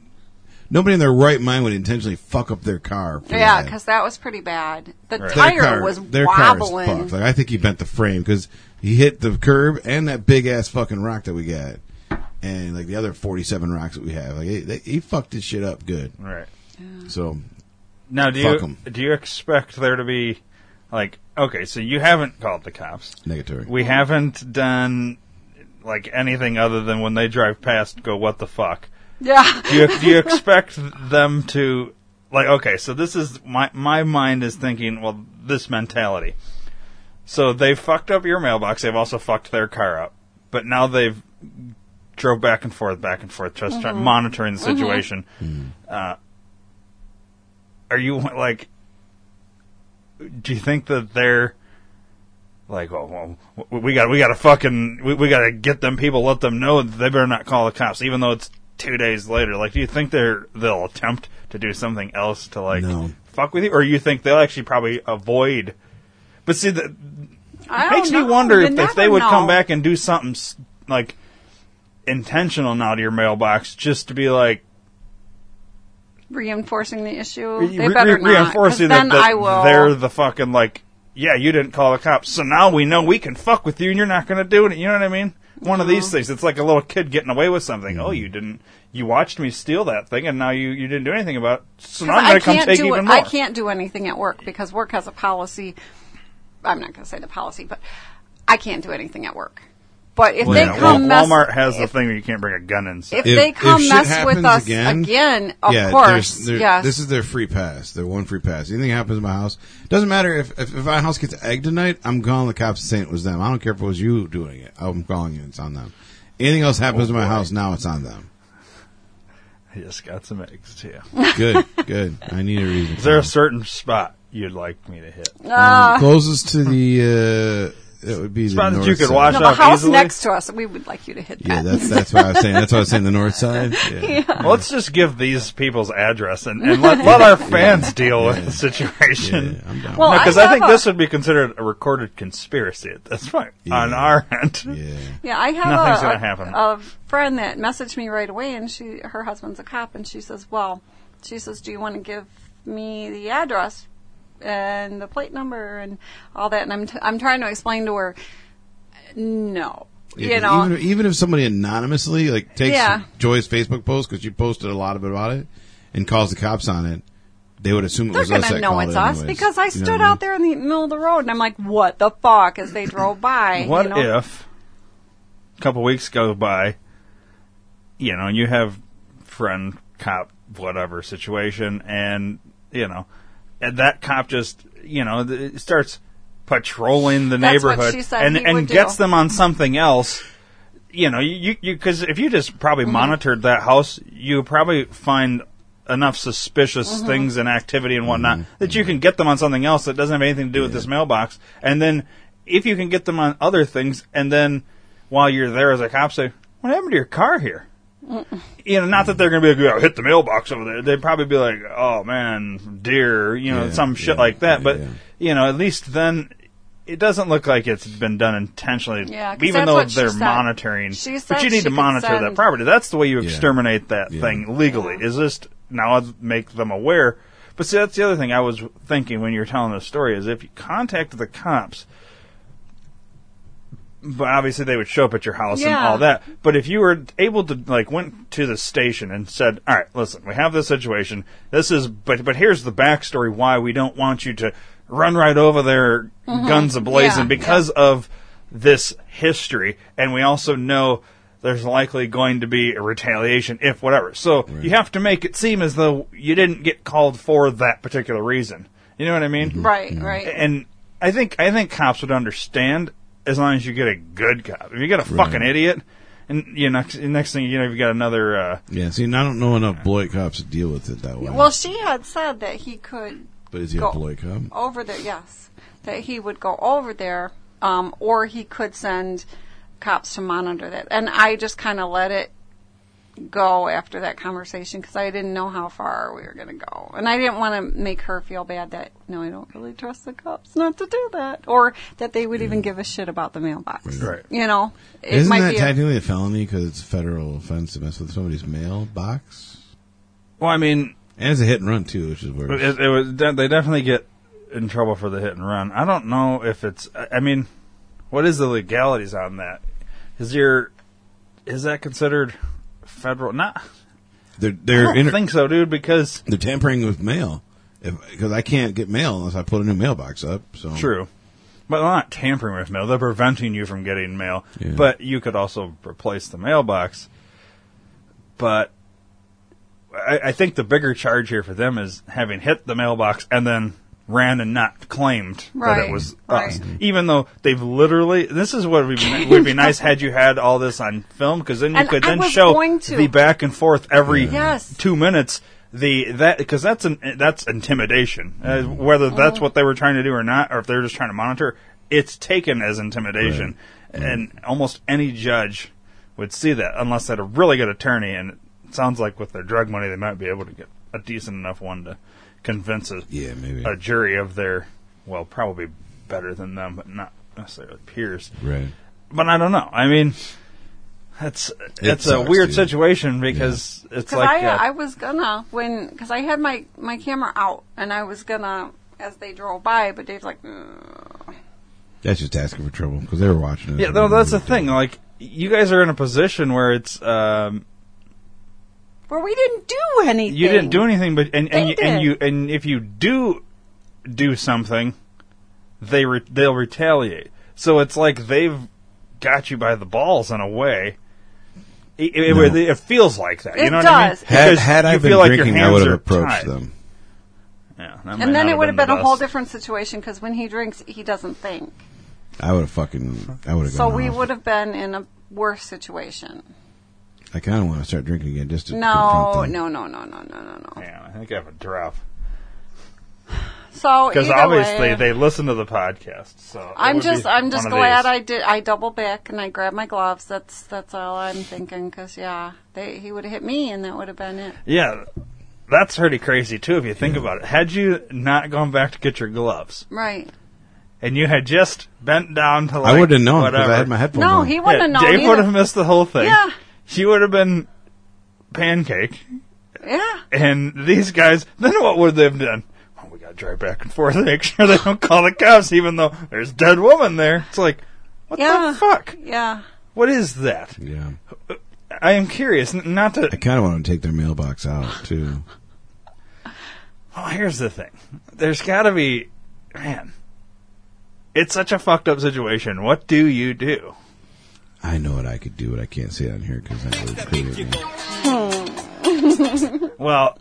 Speaker 2: Nobody in their right mind would intentionally fuck up their car. for
Speaker 3: yeah,
Speaker 2: that.
Speaker 3: because that was pretty bad. The
Speaker 1: Right.
Speaker 3: tire
Speaker 2: car-
Speaker 3: was
Speaker 2: their car is
Speaker 3: wobbling.
Speaker 2: fucked. Like I think he bent the frame because he hit the curb and that big ass fucking rock that we got, and like the other forty-seven rocks that we have. Like he, they, he fucked his shit up good.
Speaker 1: right
Speaker 2: So
Speaker 1: now, do
Speaker 2: Fuck
Speaker 1: you
Speaker 2: 'em.
Speaker 1: do you expect there to be like okay? So you haven't called the cops.
Speaker 2: negatory.
Speaker 1: We haven't done like anything other than when they drive past, go what the fuck.
Speaker 3: Yeah.
Speaker 1: do you, do you expect them to like okay so this is my my mind is thinking well this mentality so they fucked up your mailbox they've also fucked their car up but now they've drove back and forth back and forth just try- monitoring the situation uh, are you like do you think that they're like well, well w- we got we got to fucking we, we got to get them people let them know that they better not call the cops even though it's two days later like do you think they're they'll attempt to do something else to like
Speaker 2: No.
Speaker 1: fuck with you or you think they'll actually probably avoid but see that
Speaker 3: I
Speaker 1: makes
Speaker 3: don't
Speaker 1: me
Speaker 3: know.
Speaker 1: wonder
Speaker 3: You
Speaker 1: if, if they
Speaker 3: never
Speaker 1: would come
Speaker 3: know.
Speaker 1: back and do something s- like intentional now to your mailbox just to be like
Speaker 3: reinforcing the issue.
Speaker 1: re-
Speaker 3: they better
Speaker 1: re-
Speaker 3: not. 'cause
Speaker 1: reinforcing
Speaker 3: then
Speaker 1: that, that
Speaker 3: I will.
Speaker 1: they're the fucking like yeah you didn't call the cops so now we know we can fuck with you and you're not going to do it you know what i mean one of these things it's like a little kid getting away with something oh you didn't you watched me steal that thing and now you, you didn't do anything about it so now i'm
Speaker 3: I
Speaker 1: going to come
Speaker 3: can't
Speaker 1: take
Speaker 3: do
Speaker 1: even
Speaker 3: it.
Speaker 1: more
Speaker 3: I can't do anything at work because work has a policy. I'm not going to say the policy, but I can't do anything at work. But if
Speaker 1: Well,
Speaker 3: they
Speaker 1: yeah,
Speaker 3: come
Speaker 1: Wal-
Speaker 3: mess,
Speaker 1: walmart has the
Speaker 3: if,
Speaker 1: thing where you can't bring a gun inside
Speaker 3: if,
Speaker 2: If-
Speaker 3: they
Speaker 2: if
Speaker 3: come
Speaker 2: shit
Speaker 3: mess
Speaker 2: happens
Speaker 3: with us
Speaker 2: again-
Speaker 3: again, of course,
Speaker 2: there's- there-
Speaker 3: yes.
Speaker 2: This is their free pass, their one free pass. Anything happens in my house, doesn't matter if, if if my house gets egged tonight, I'm calling the cops and saying it was them. I don't care if it was you doing it. I'm calling you. It's on them. Anything else
Speaker 1: Oh,
Speaker 2: happens in my house now, it's on them.
Speaker 1: i just got some eggs too
Speaker 2: Good, good. I need a reason.
Speaker 1: Is there a certain spot you'd like me to hit?
Speaker 3: Uh,
Speaker 2: um, closest to the? Uh, it would be
Speaker 1: Spot
Speaker 2: the
Speaker 1: that
Speaker 2: north
Speaker 1: you could
Speaker 2: side.
Speaker 1: watch
Speaker 3: no,
Speaker 1: up
Speaker 3: the house
Speaker 1: easily?
Speaker 3: next to us. We would like you to hit
Speaker 2: Yeah,
Speaker 3: that.
Speaker 2: that's that's what I was saying. That's what I was saying. The north side. Yeah.
Speaker 1: Well, let's just give these people's address and, and let, let our fans deal with the
Speaker 2: Yeah,
Speaker 1: situation.
Speaker 2: I'm down.
Speaker 3: Well,
Speaker 1: because
Speaker 3: I
Speaker 1: I, think
Speaker 3: have a-
Speaker 1: this would be considered a recorded conspiracy at this point on
Speaker 2: Yeah.
Speaker 1: our end.
Speaker 2: yeah.
Speaker 3: Yeah, I have
Speaker 1: Nothing's
Speaker 3: a,
Speaker 1: gonna
Speaker 3: a-
Speaker 1: happen.
Speaker 3: a friend that messaged me right away, and she her husband's a cop, and she says, "Well, she says, do you want to give me the address and the plate number and all that?" And I'm t- I'm trying to explain to her, no,
Speaker 2: Yeah,
Speaker 3: you
Speaker 2: 'cause
Speaker 3: know,
Speaker 2: even, even if somebody anonymously like takes
Speaker 3: Yeah.
Speaker 2: Joy's Facebook post because she posted a lot of it about it and calls the cops on it, they would assume it
Speaker 3: they're
Speaker 2: was us
Speaker 3: gonna
Speaker 2: that
Speaker 3: know
Speaker 2: called
Speaker 3: it's
Speaker 2: it
Speaker 3: us
Speaker 2: anyways.
Speaker 3: because I
Speaker 2: You know
Speaker 3: stood
Speaker 2: what
Speaker 3: out there in the middle of the road, and I'm like, "What the fuck?" As they drove by,
Speaker 1: What
Speaker 3: you know?
Speaker 1: if a couple weeks go by, you know, you have friend, cop, whatever situation, and, you know, and that cop just, you know, th- starts patrolling the
Speaker 3: That's what
Speaker 1: neighborhood
Speaker 3: she said
Speaker 1: and,
Speaker 3: he
Speaker 1: and
Speaker 3: would do.
Speaker 1: gets them on something else. You know, you you because if you just probably monitored that house, you probably find enough suspicious things and activity and whatnot
Speaker 2: Mm-hmm.
Speaker 1: that you can get them on something else that doesn't have anything to do with this mailbox. And then if you can get them on other things, and then while you're there as a cop, say, "What happened to your car here?" You know, not that they're going to be like, "Yeah, hit the mailbox over there." They'd probably be like, "Oh man, deer," you know,
Speaker 2: Yeah,
Speaker 1: some shit
Speaker 2: yeah,
Speaker 1: like that.
Speaker 2: yeah,
Speaker 1: but
Speaker 2: yeah.
Speaker 1: you know, at least then it doesn't look like it's been done intentionally.
Speaker 3: Yeah, 'cause
Speaker 1: even
Speaker 3: that's
Speaker 1: though
Speaker 3: what she
Speaker 1: they're
Speaker 3: said.
Speaker 1: monitoring,
Speaker 3: She
Speaker 1: but
Speaker 3: said
Speaker 1: you need
Speaker 3: she
Speaker 1: to
Speaker 3: could
Speaker 1: monitor that
Speaker 3: send-
Speaker 1: property. That's the way you
Speaker 2: Yeah.
Speaker 1: exterminate that
Speaker 2: Yeah.
Speaker 1: thing legally. Is just now make them aware. But see, that's the other thing I was thinking when you were telling this story is if you contact the cops. But obviously, they would show up at your house and
Speaker 3: Yeah.
Speaker 1: all that. But if you were able to like went to the station and said, "All right, listen, we have this situation. This is but but here's the backstory why we don't want you to run right over there, guns ablazing,
Speaker 3: Mm-hmm. Yeah,
Speaker 1: because of this history, and we also know." There's likely going to be a retaliation if whatever. So you have to make it seem as though you didn't get called for that particular reason. You know what I mean?
Speaker 3: Right, right.
Speaker 1: and I think I think cops would understand as long as you get a good cop. If you get a fucking idiot, and you know, next, next thing you know, you've got another. Uh,
Speaker 2: Yeah, see, and I don't know enough Beloit cops to deal with it that way.
Speaker 3: well, she had said that he could
Speaker 2: but is he
Speaker 3: go-
Speaker 2: a Beloit cop?
Speaker 3: over there. Yes, that he would go over there, um, or he could send cops to monitor that. And I just kind of let it go after that conversation because I didn't know how far we were going to go, and I didn't want to make her feel bad that no, I don't really trust the cops not to do that, or that they would even give a shit about the mailbox.
Speaker 1: Right.
Speaker 3: You know, it
Speaker 2: Mm. Isn't
Speaker 3: might
Speaker 2: that
Speaker 3: be. a-
Speaker 2: technically a felony because it's a federal offense to mess with somebody's mailbox?
Speaker 1: well, I mean,
Speaker 2: And it's a hit and run too, which is worse.
Speaker 1: it, it was de- they definitely get in trouble for the hit and run. I don't know if it's. I I mean, what is the legalities on that? Is your is that considered federal? Not.
Speaker 2: they're
Speaker 1: I
Speaker 2: they're
Speaker 1: don't
Speaker 2: inter-
Speaker 1: think so, dude. Because
Speaker 2: they're tampering with mail because I can't get mail unless I put a new mailbox up. So
Speaker 1: True. But they're not tampering with mail. They're preventing you from getting mail.
Speaker 2: Yeah.
Speaker 1: But you could also replace the mailbox. But I, I think the bigger charge here for them is having hit the mailbox and then ran and not claimed that it
Speaker 3: Right,
Speaker 1: was
Speaker 3: right.
Speaker 1: us. Even though they've literally, this is what would be, would be nice had you had all this on film because then you
Speaker 3: And
Speaker 1: could
Speaker 3: I
Speaker 1: then
Speaker 3: was
Speaker 1: show
Speaker 3: going to.
Speaker 1: the back and forth every
Speaker 3: Yes.
Speaker 1: two minutes. The that because that's an that's intimidation. Uh, whether that's what they were trying to do or not, or if they're just trying to monitor, it's taken as intimidation, and almost any judge would see that unless they had a really good attorney. And it sounds like with their drug money, they might be able to get a decent enough one to convince a
Speaker 2: Yeah, maybe.
Speaker 1: a jury of their well, probably better than them, but not necessarily peers
Speaker 2: Right.
Speaker 1: but I don't know. I mean, that's it's a
Speaker 2: sucks,
Speaker 1: weird
Speaker 2: dude.
Speaker 1: situation because it's
Speaker 3: Because
Speaker 1: like
Speaker 3: I,
Speaker 1: uh,
Speaker 3: I was gonna when because I had my my camera out and I was gonna as they drove by, but Dave's like, "Mm."
Speaker 2: That's just asking for trouble because they were watching it.
Speaker 1: yeah. No, that's the thing. Like you guys are in a position where it's um,
Speaker 3: "Well, we didn't do anything.
Speaker 1: you didn't do anything, but and and
Speaker 3: They
Speaker 1: you, and
Speaker 3: did.
Speaker 1: you and if you do do something, they re- they'll retaliate. So it's like they've got you by the balls in a way. It, it,
Speaker 2: No.
Speaker 1: it, feels like that. you
Speaker 3: It
Speaker 1: know
Speaker 3: does.
Speaker 1: what I mean?
Speaker 2: Had,
Speaker 1: Because
Speaker 2: had I
Speaker 1: you
Speaker 2: been
Speaker 1: feel like your
Speaker 2: drinking, I
Speaker 1: hands
Speaker 2: would have
Speaker 1: are
Speaker 2: approached
Speaker 1: tied.
Speaker 2: them.
Speaker 1: Yeah, that might
Speaker 3: And then
Speaker 1: not
Speaker 3: it would have been
Speaker 1: the
Speaker 3: a whole
Speaker 1: best.
Speaker 3: different situation because when he drinks, he doesn't think.
Speaker 2: I would have fucking. I would have.
Speaker 3: So we would have been in a worse situation.
Speaker 2: I kind of want to start drinking again just to
Speaker 3: No,
Speaker 2: confront them.
Speaker 3: no, no, no, no, no, no, no.
Speaker 1: Man, I think I have a drop.
Speaker 3: So
Speaker 1: Because
Speaker 3: either
Speaker 1: obviously
Speaker 3: way,
Speaker 1: they listen to the podcast. So it
Speaker 3: I'm
Speaker 1: would
Speaker 3: just
Speaker 1: be
Speaker 3: I'm just
Speaker 1: one of
Speaker 3: glad
Speaker 1: these.
Speaker 3: I did I double back and I grabbed my gloves. That's that's all I'm thinking because yeah, they, he would have hit me and that would have been it.
Speaker 1: yeah, that's pretty crazy too if you think about it. Had you not gone back to get your gloves
Speaker 3: Right.
Speaker 1: and you had just bent down to like
Speaker 2: I would have known because
Speaker 1: whatever,
Speaker 2: I had my headphones.
Speaker 3: No,
Speaker 2: on.
Speaker 3: he
Speaker 1: Yeah,
Speaker 3: wouldn't have known.
Speaker 1: Dave
Speaker 3: either.
Speaker 1: would have missed the whole thing.
Speaker 3: Yeah.
Speaker 1: she would have been pancake,
Speaker 3: Yeah.
Speaker 1: and these guys. Then what would they have done? Oh, we got to drive back and forth to make sure they don't call the cops, even though there's a dead woman there. It's like, what
Speaker 3: Yeah.
Speaker 1: the fuck?
Speaker 3: Yeah.
Speaker 1: What is that?
Speaker 2: Yeah.
Speaker 1: I am curious. N- Not to
Speaker 2: I kind of want to take their mailbox out too.
Speaker 1: Well, Oh, here's the thing. There's got to be, man. It's such a fucked up situation. What do you do?
Speaker 2: I know what I could do, but I can't say it on here because I would create it.
Speaker 1: Well,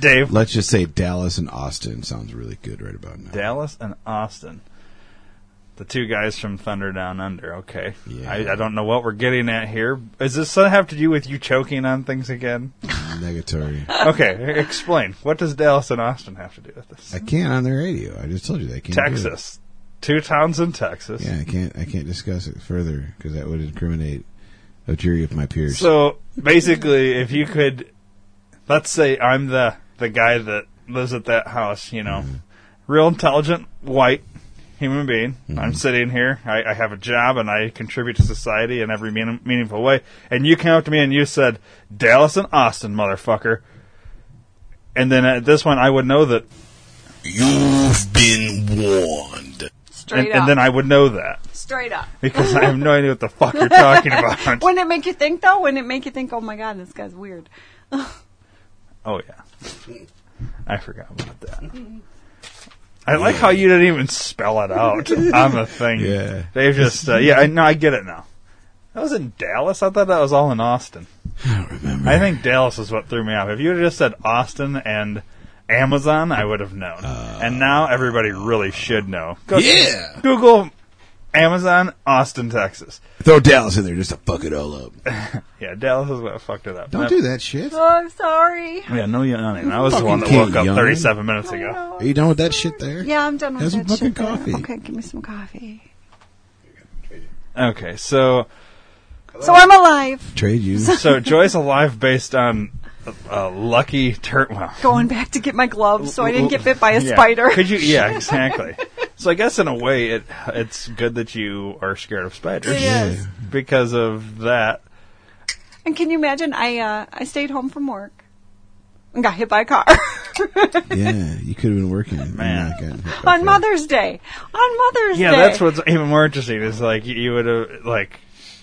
Speaker 1: Dave,
Speaker 2: Let's just say Dallas and Austin sounds really good right about now.
Speaker 1: Dallas and Austin, the two guys from Thunder Down Under. Okay,
Speaker 2: Yeah.
Speaker 1: I, I don't know what we're getting at here. Is this something have to do with you choking on things again?
Speaker 2: Negatory.
Speaker 1: okay, explain. What does Dallas and Austin have to do with this?
Speaker 2: I can't on the radio. I just told you that I can't. do it.
Speaker 1: Texas, two towns in Texas.
Speaker 2: Yeah, I can't. I can't discuss it further because that would incriminate a jury of my peers.
Speaker 1: So basically, if you could, let's say I'm the the guy that lives at that house, you know, real intelligent white human being. I'm sitting here. I, I have a job and I contribute to society in every meaning, meaningful way. And you came up to me and you said, "Dallas and Austin, motherfucker." And then at this one, I would know that,
Speaker 4: You've been warned.
Speaker 1: and,
Speaker 3: Straight up.
Speaker 1: and then I would know that
Speaker 3: Straight up.
Speaker 1: because I have no idea what the fuck you're talking about.
Speaker 3: Wouldn't it make you think though? Wouldn't it make you think, oh my god, this guy's weird?
Speaker 1: Oh yeah, I forgot about that. I like how you didn't even spell it out. I'm a thing.
Speaker 2: Yeah.
Speaker 1: They've just uh, yeah. I, no, I get it now. That was in Dallas. I thought that was all in Austin.
Speaker 2: I don't remember.
Speaker 1: I think Dallas is what threw me off. If you had just said Austin and Amazon, I would have known.
Speaker 2: Uh,
Speaker 1: and now everybody really should know. Go-
Speaker 4: Yeah.
Speaker 1: Google Amazon Austin, Texas.
Speaker 2: Throw Dallas in there just to fuck it all up.
Speaker 1: Yeah, Dallas is what fucked it up.
Speaker 2: Don't do that shit.
Speaker 3: Oh, I'm sorry.
Speaker 1: Yeah, no yawning. I was the
Speaker 2: Fucking
Speaker 1: one that
Speaker 2: can't
Speaker 1: woke up
Speaker 2: yawn.
Speaker 1: 37 minutes ago.
Speaker 2: Are you done with that shit there?
Speaker 3: Yeah, I'm done with
Speaker 2: Have some
Speaker 3: that
Speaker 2: fucking
Speaker 3: shit there.
Speaker 2: coffee.
Speaker 3: Okay, give me some coffee.
Speaker 1: Okay, so
Speaker 3: So I'm alive.
Speaker 2: Trade you.
Speaker 1: so Joy's alive based on a, a lucky turn. Well,
Speaker 3: Going back to get my gloves so I didn't get bit by a
Speaker 1: yeah.
Speaker 3: spider.
Speaker 1: Could you? Yeah, exactly. so I guess in a way, it it's good that you are scared of spiders
Speaker 3: It is.
Speaker 1: because of that.
Speaker 3: And can you imagine? I uh, I stayed home from work and got hit by a car
Speaker 2: Yeah, you could have been working. and
Speaker 1: Man.
Speaker 2: not gotten hit by
Speaker 3: on
Speaker 2: that.
Speaker 3: Mother's Day. On Mother's
Speaker 1: Yeah,
Speaker 3: Day.
Speaker 1: that's what's even more interesting is like you- you would have like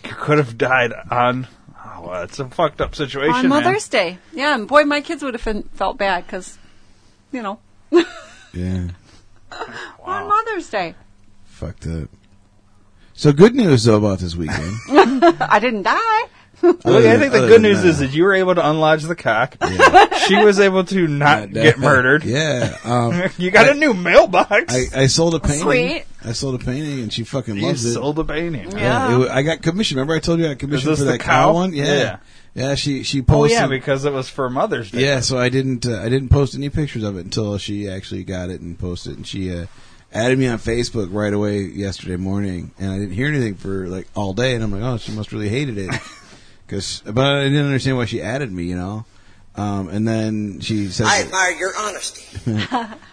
Speaker 1: you could have died on. Oh, well, it's a fucked up situation.
Speaker 3: on
Speaker 1: man.
Speaker 3: Mother's Day. Yeah, and boy, my kids would have fin- felt bad because, you know,
Speaker 2: Yeah,
Speaker 3: on Mother's Day.
Speaker 2: fucked up. So good news though about this weekend.
Speaker 3: I didn't die.
Speaker 1: Well, yeah, I think the
Speaker 2: Other
Speaker 1: good
Speaker 2: than
Speaker 1: news is that you were able to unlodge the cock. she was able to not get murdered.
Speaker 2: Yeah, um,
Speaker 1: You got a new mailbox.
Speaker 2: I, I sold a painting.
Speaker 3: Sweet.
Speaker 2: I sold a painting, and she fucking
Speaker 1: you
Speaker 2: loves it.
Speaker 1: sold a painting.
Speaker 2: yeah,
Speaker 3: Yeah.
Speaker 2: it wa- I got commission. Remember, I told you I got commission
Speaker 1: this
Speaker 2: for
Speaker 1: the
Speaker 2: that cow?
Speaker 1: cow?
Speaker 2: one. Yeah.
Speaker 1: Yeah.
Speaker 2: yeah, She she
Speaker 1: Oh
Speaker 2: posted.
Speaker 1: yeah, because it was for Mother's Day.
Speaker 2: Yeah, so I didn't uh, I didn't post any pictures of it until she actually got it and posted it. and she uh, added me on Facebook right away yesterday morning and I didn't hear anything for like all day and I'm like, "Oh, she must really hated it." Cuz but I didn't understand why she added me, you know. Um, and then she said
Speaker 5: I admire your honesty.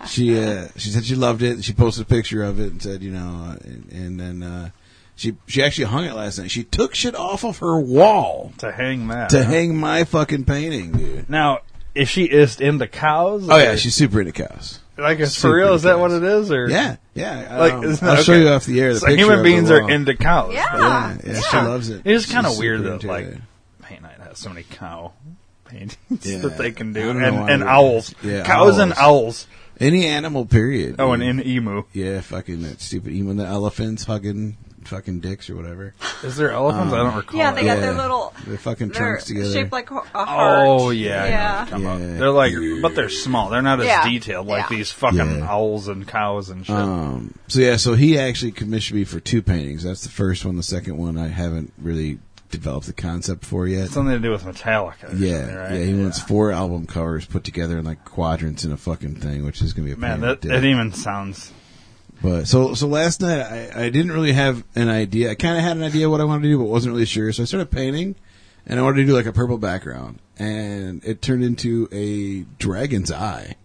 Speaker 2: she uh, she said she loved it. She posted a picture of it and said, you know, and, and then uh, she she actually hung it last night. She took shit off of her wall
Speaker 1: To hang that.
Speaker 2: to hang my fucking painting, dude.
Speaker 1: Now, if she is into cows,
Speaker 2: Oh yeah,
Speaker 1: or-
Speaker 2: she's super into cows.
Speaker 1: like it's for
Speaker 2: super
Speaker 1: real. Is that
Speaker 2: cows.
Speaker 1: what it is? Or
Speaker 2: Yeah, yeah.
Speaker 1: Like,
Speaker 2: um,
Speaker 1: it's
Speaker 2: I'll
Speaker 1: not-
Speaker 2: show
Speaker 1: okay.
Speaker 2: you off the air. The
Speaker 1: So
Speaker 2: picture
Speaker 1: human
Speaker 2: of
Speaker 1: beings
Speaker 2: the
Speaker 1: are
Speaker 2: wall.
Speaker 1: into cows.
Speaker 3: Yeah.
Speaker 1: but-
Speaker 2: Yeah, yeah, she loves it.
Speaker 1: It is kind of
Speaker 2: She's
Speaker 1: weird
Speaker 2: super
Speaker 1: that
Speaker 2: into
Speaker 1: like
Speaker 2: it.
Speaker 1: Paint Night has so many cow paintings
Speaker 2: Yeah.
Speaker 1: that they can
Speaker 2: I
Speaker 1: do,
Speaker 2: don't
Speaker 1: and,
Speaker 2: know why
Speaker 1: and
Speaker 2: we-
Speaker 1: owls,
Speaker 2: Yeah, Mm.
Speaker 1: cows and owls.
Speaker 2: any animal. Period.
Speaker 1: Oh, and
Speaker 2: dude.
Speaker 1: in emu.
Speaker 2: yeah, fucking that stupid even the elephants hugging fucking dicks or whatever.
Speaker 1: Is there elephants?
Speaker 2: Um,
Speaker 1: I don't recall.
Speaker 3: Yeah, they
Speaker 1: that.
Speaker 3: got their
Speaker 2: Yeah.
Speaker 3: little
Speaker 2: Their fucking
Speaker 3: they're
Speaker 2: trunks together.
Speaker 3: shaped like ho- a heart.
Speaker 1: Oh yeah, yeah.
Speaker 3: yeah.
Speaker 2: Yeah.
Speaker 1: They're like, but they're small. They're not as
Speaker 3: Yeah.
Speaker 1: detailed like
Speaker 3: Yeah.
Speaker 1: these fucking
Speaker 2: Yeah.
Speaker 1: owls and cows and shit.
Speaker 2: Um, so yeah, so he actually commissioned me for two paintings. That's the first one. The second one I haven't really developed the concept for yet.
Speaker 1: Something to do with Metallica. or something,
Speaker 2: yeah,
Speaker 1: right?
Speaker 2: yeah. He wants four album covers put together in like quadrants in a fucking thing, which is gonna be a pain
Speaker 1: Man, that,
Speaker 2: in the
Speaker 1: that
Speaker 2: dick.
Speaker 1: even sounds.
Speaker 2: But so so last night I, I didn't really have an idea. I kind of had an idea what I wanted to do, but wasn't really sure. So I started painting, and I wanted to do like a purple background, and it turned into a dragon's eye.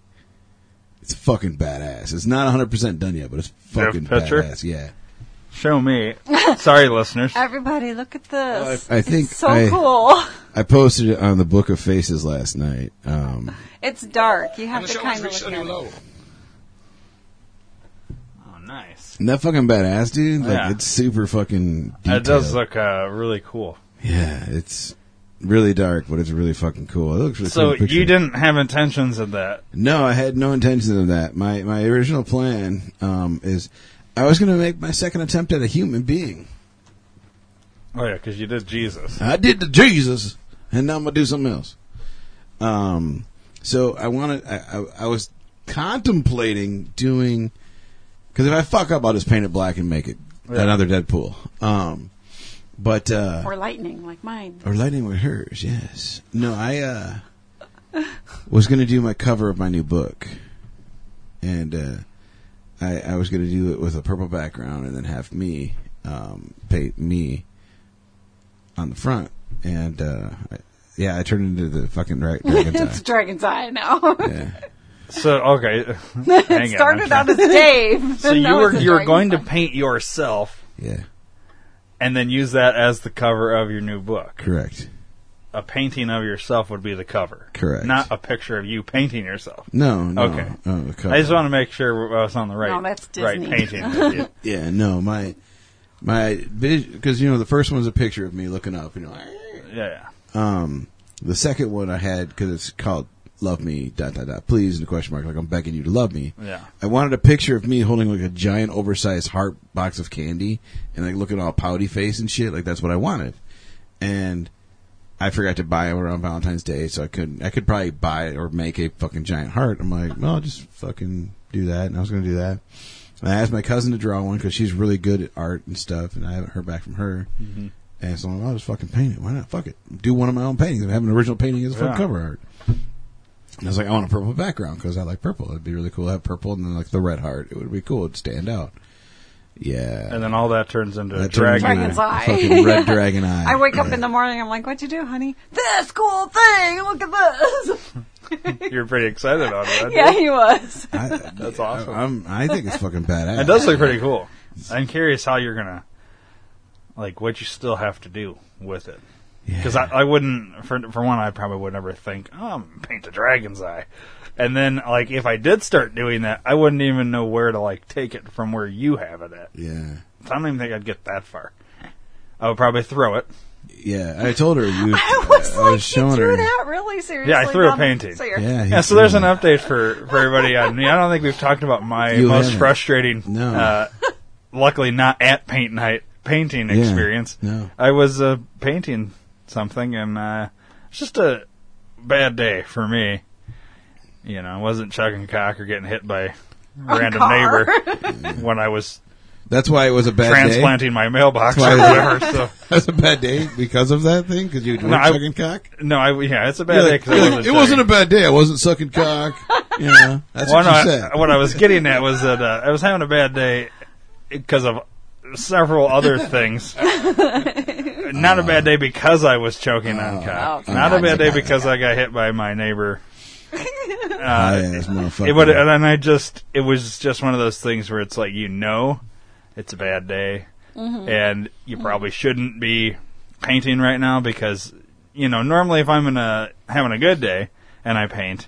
Speaker 2: It's fucking badass. It's not 100 percent done yet, but it's
Speaker 1: have a
Speaker 2: fucking
Speaker 1: picture?
Speaker 2: badass. Yeah.
Speaker 1: Show me. Sorry, listeners.
Speaker 3: Everybody, look at this.
Speaker 2: I- I think
Speaker 3: it's so
Speaker 2: I-
Speaker 3: cool.
Speaker 2: I posted it on the Book of Faces last night. Um,
Speaker 3: It's dark. You have
Speaker 4: The
Speaker 3: to
Speaker 4: show
Speaker 3: kind
Speaker 4: has
Speaker 3: of
Speaker 4: reached
Speaker 3: look
Speaker 4: a new
Speaker 3: at it.
Speaker 4: low.
Speaker 1: Oh, nice.
Speaker 2: and that fucking badass dude, like
Speaker 1: Yeah.
Speaker 2: it's super fucking. Detailed.
Speaker 1: That does look uh, really cool.
Speaker 2: Yeah, it's really dark, but it's really fucking cool. It looks really
Speaker 1: So
Speaker 2: cool picture.
Speaker 1: you didn't have intentions of that.
Speaker 2: No, I had no intention of that. My my original plan um, is I was going to make my second attempt at a human being.
Speaker 1: Oh yeah, because you did Jesus.
Speaker 2: I did the Jesus, and now I'm gonna do something else. Um, so I wanted. I, I, I was contemplating doing because if I fuck up, I'll just paint it black and make it
Speaker 1: Yeah.
Speaker 2: another Deadpool. Um, but uh,
Speaker 3: Or lightning, like mine.
Speaker 2: Or lighting with hers, yes. No, I uh, was going to do my cover of my new book, and uh, I, I was going to do it with a purple background, and then have me um, paint me on the front. and uh, I- yeah, I turned into the fucking dra- dragon's
Speaker 3: It's
Speaker 2: eye.
Speaker 3: Dragon's Eye now.
Speaker 2: Yeah.
Speaker 1: So okay,
Speaker 3: it
Speaker 1: hang on.
Speaker 3: started
Speaker 1: okay.
Speaker 3: out as Dave.
Speaker 1: So
Speaker 3: and
Speaker 1: you
Speaker 3: now
Speaker 1: were
Speaker 3: it's
Speaker 1: you were
Speaker 3: Dragon's
Speaker 1: going to
Speaker 3: Eye.
Speaker 1: paint yourself
Speaker 2: yeah,
Speaker 1: and then use that as the cover of your new book.
Speaker 2: correct.
Speaker 1: A painting of yourself would be the cover.
Speaker 2: Correct.
Speaker 1: Not a picture of you painting yourself.
Speaker 2: No, no.
Speaker 1: Okay.
Speaker 2: Oh, the cover.
Speaker 1: I just want to make sure I was on the right
Speaker 3: No, that's
Speaker 1: right
Speaker 3: Disney.
Speaker 1: painting. of you.
Speaker 2: yeah, no, my my because you know the first one's a picture of me looking up, you know.
Speaker 1: yeah, yeah.
Speaker 2: Um, the second one I had because it's called "Love Me." Dot dot dot. Please, and the question mark, like I'm begging you to love me.
Speaker 1: Yeah.
Speaker 2: I wanted a picture of me holding like a giant, oversized heart box of candy and like looking all pouty face and shit. Like that's what I wanted, and I forgot to buy it around Valentine's Day, so I couldn't. I could probably buy it or make a fucking giant heart. I'm like, well, I'll just fucking do that, and I was gonna do that. And I asked my cousin to draw one because she's really good at art and stuff, and I haven't heard back from her. And so I'm like, I'll just fucking paint it. Why not? Fuck it. Do one of my own paintings. I have an original painting as a fucking
Speaker 1: Yeah.
Speaker 2: cover art. And I was like, I want a purple background because I like purple. It'd be really cool to have purple and then like the red heart. It would be cool. It'd stand out. Yeah.
Speaker 1: And then all that turns into a
Speaker 2: That
Speaker 1: dragon.
Speaker 2: turns
Speaker 3: Dragon's
Speaker 2: into a
Speaker 3: eye.
Speaker 2: Fucking red dragon eye.
Speaker 3: I wake up
Speaker 2: Yeah.
Speaker 3: in the morning. I'm like, "What'd you do, honey? This cool thing. Look at this."
Speaker 1: You're pretty excited about it.
Speaker 3: yeah, he was.
Speaker 2: I,
Speaker 1: That's awesome.
Speaker 2: I, am I think it's fucking badass.
Speaker 1: It does look pretty cool. I'm curious how you're gonna, like, what you still have to do with it. Because I, I wouldn't, for, for one, I probably would never think, oh, I'm gonna paint the dragon's eye. And then, like, if I did start doing that, I wouldn't even know where to, like, take it from where you have it at.
Speaker 2: Yeah.
Speaker 1: So I don't even think I'd get that far. I would probably throw it.
Speaker 2: Yeah. I told her you.
Speaker 3: I was
Speaker 2: I
Speaker 3: like,
Speaker 2: was showing
Speaker 3: "You drew
Speaker 2: her.
Speaker 3: that really seriously?"
Speaker 1: threw a
Speaker 3: Mom?"
Speaker 1: painting.
Speaker 3: So you're-
Speaker 2: Yeah. he
Speaker 1: Yeah, so there's
Speaker 2: did.
Speaker 1: an update for, for everybody on me. I don't think we've talked about my
Speaker 2: You
Speaker 1: most
Speaker 2: haven't.
Speaker 1: frustrating,
Speaker 2: No.
Speaker 1: uh, luckily not at paint night painting
Speaker 2: Yeah,
Speaker 1: experience.
Speaker 2: no.
Speaker 1: I was uh, painting something, and uh, it's just a bad day for me. You know, I wasn't chugging cock or getting hit by random
Speaker 3: car.
Speaker 1: neighbor when I was
Speaker 2: That's why it was a bad day.
Speaker 1: transplanting my mailbox or
Speaker 2: That's why I
Speaker 1: whatever. so
Speaker 2: That's a bad day because of that thing because you were
Speaker 1: No, I-
Speaker 2: chugging cock.
Speaker 1: no, I, yeah, it's a bad
Speaker 2: You're
Speaker 1: day
Speaker 2: like-
Speaker 1: 'cause
Speaker 2: you're
Speaker 1: I
Speaker 2: like,
Speaker 1: wasn't.
Speaker 2: it wasn't a
Speaker 1: chugging.
Speaker 2: bad day. I wasn't sucking cock. You know, that's
Speaker 1: Well,
Speaker 2: what you
Speaker 1: no,
Speaker 2: said.
Speaker 1: I- what I was getting at was that uh, I was having a bad day because of several other things. Not
Speaker 2: Uh-huh.
Speaker 1: a bad day because I was choking on cock.
Speaker 3: Oh,
Speaker 1: Not a bad day
Speaker 2: gotcha.
Speaker 1: because I got hit by my neighbor.
Speaker 2: High
Speaker 1: Uh,
Speaker 2: ass motherfucker.
Speaker 1: it would, and then I just it was just one of those things where it's like you know it's a bad day, and you probably shouldn't be painting right now because you know normally if I'm in a having a good day and I paint,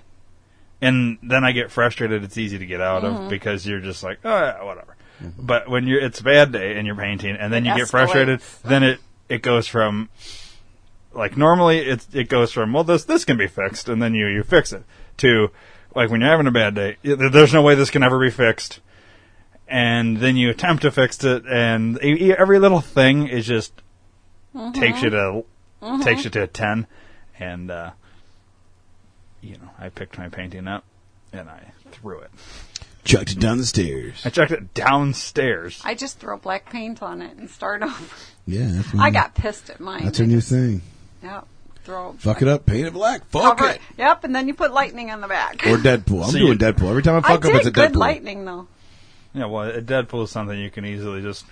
Speaker 1: and then I get frustrated, it's easy to get out of because you're just like oh yeah, whatever. But when you're it's a bad day and you're painting, and then
Speaker 3: It
Speaker 1: you get frustrated, then it it goes from like normally it it goes from well this this can be fixed and then you you fix it to like when you're having a bad day y- there- there's no way this can ever be fixed and then you attempt to fix it and e- e- every little thing is just takes you to
Speaker 3: Mm-hmm.
Speaker 1: takes you to a 10 and uh you know I picked my painting up and I threw it
Speaker 2: chucked it down the stairs.
Speaker 1: I chucked it downstairs
Speaker 3: I just throw black paint on it and start over.
Speaker 2: Yeah, that's
Speaker 3: I got pissed at mine.
Speaker 2: Mm. That's her new thing.
Speaker 3: Yep. Throw.
Speaker 2: Fuck it up, paint it black. Fuck
Speaker 3: Cover-
Speaker 2: it.
Speaker 3: Yep, and then you put lightning on the back.
Speaker 2: Or Deadpool. I'm
Speaker 1: So you-
Speaker 2: doing Deadpool every time I
Speaker 3: I
Speaker 2: fuck
Speaker 3: did
Speaker 2: up. It's a
Speaker 3: good
Speaker 2: Deadpool.
Speaker 3: lightning though.
Speaker 1: Yeah, well, a Deadpool is something you can easily just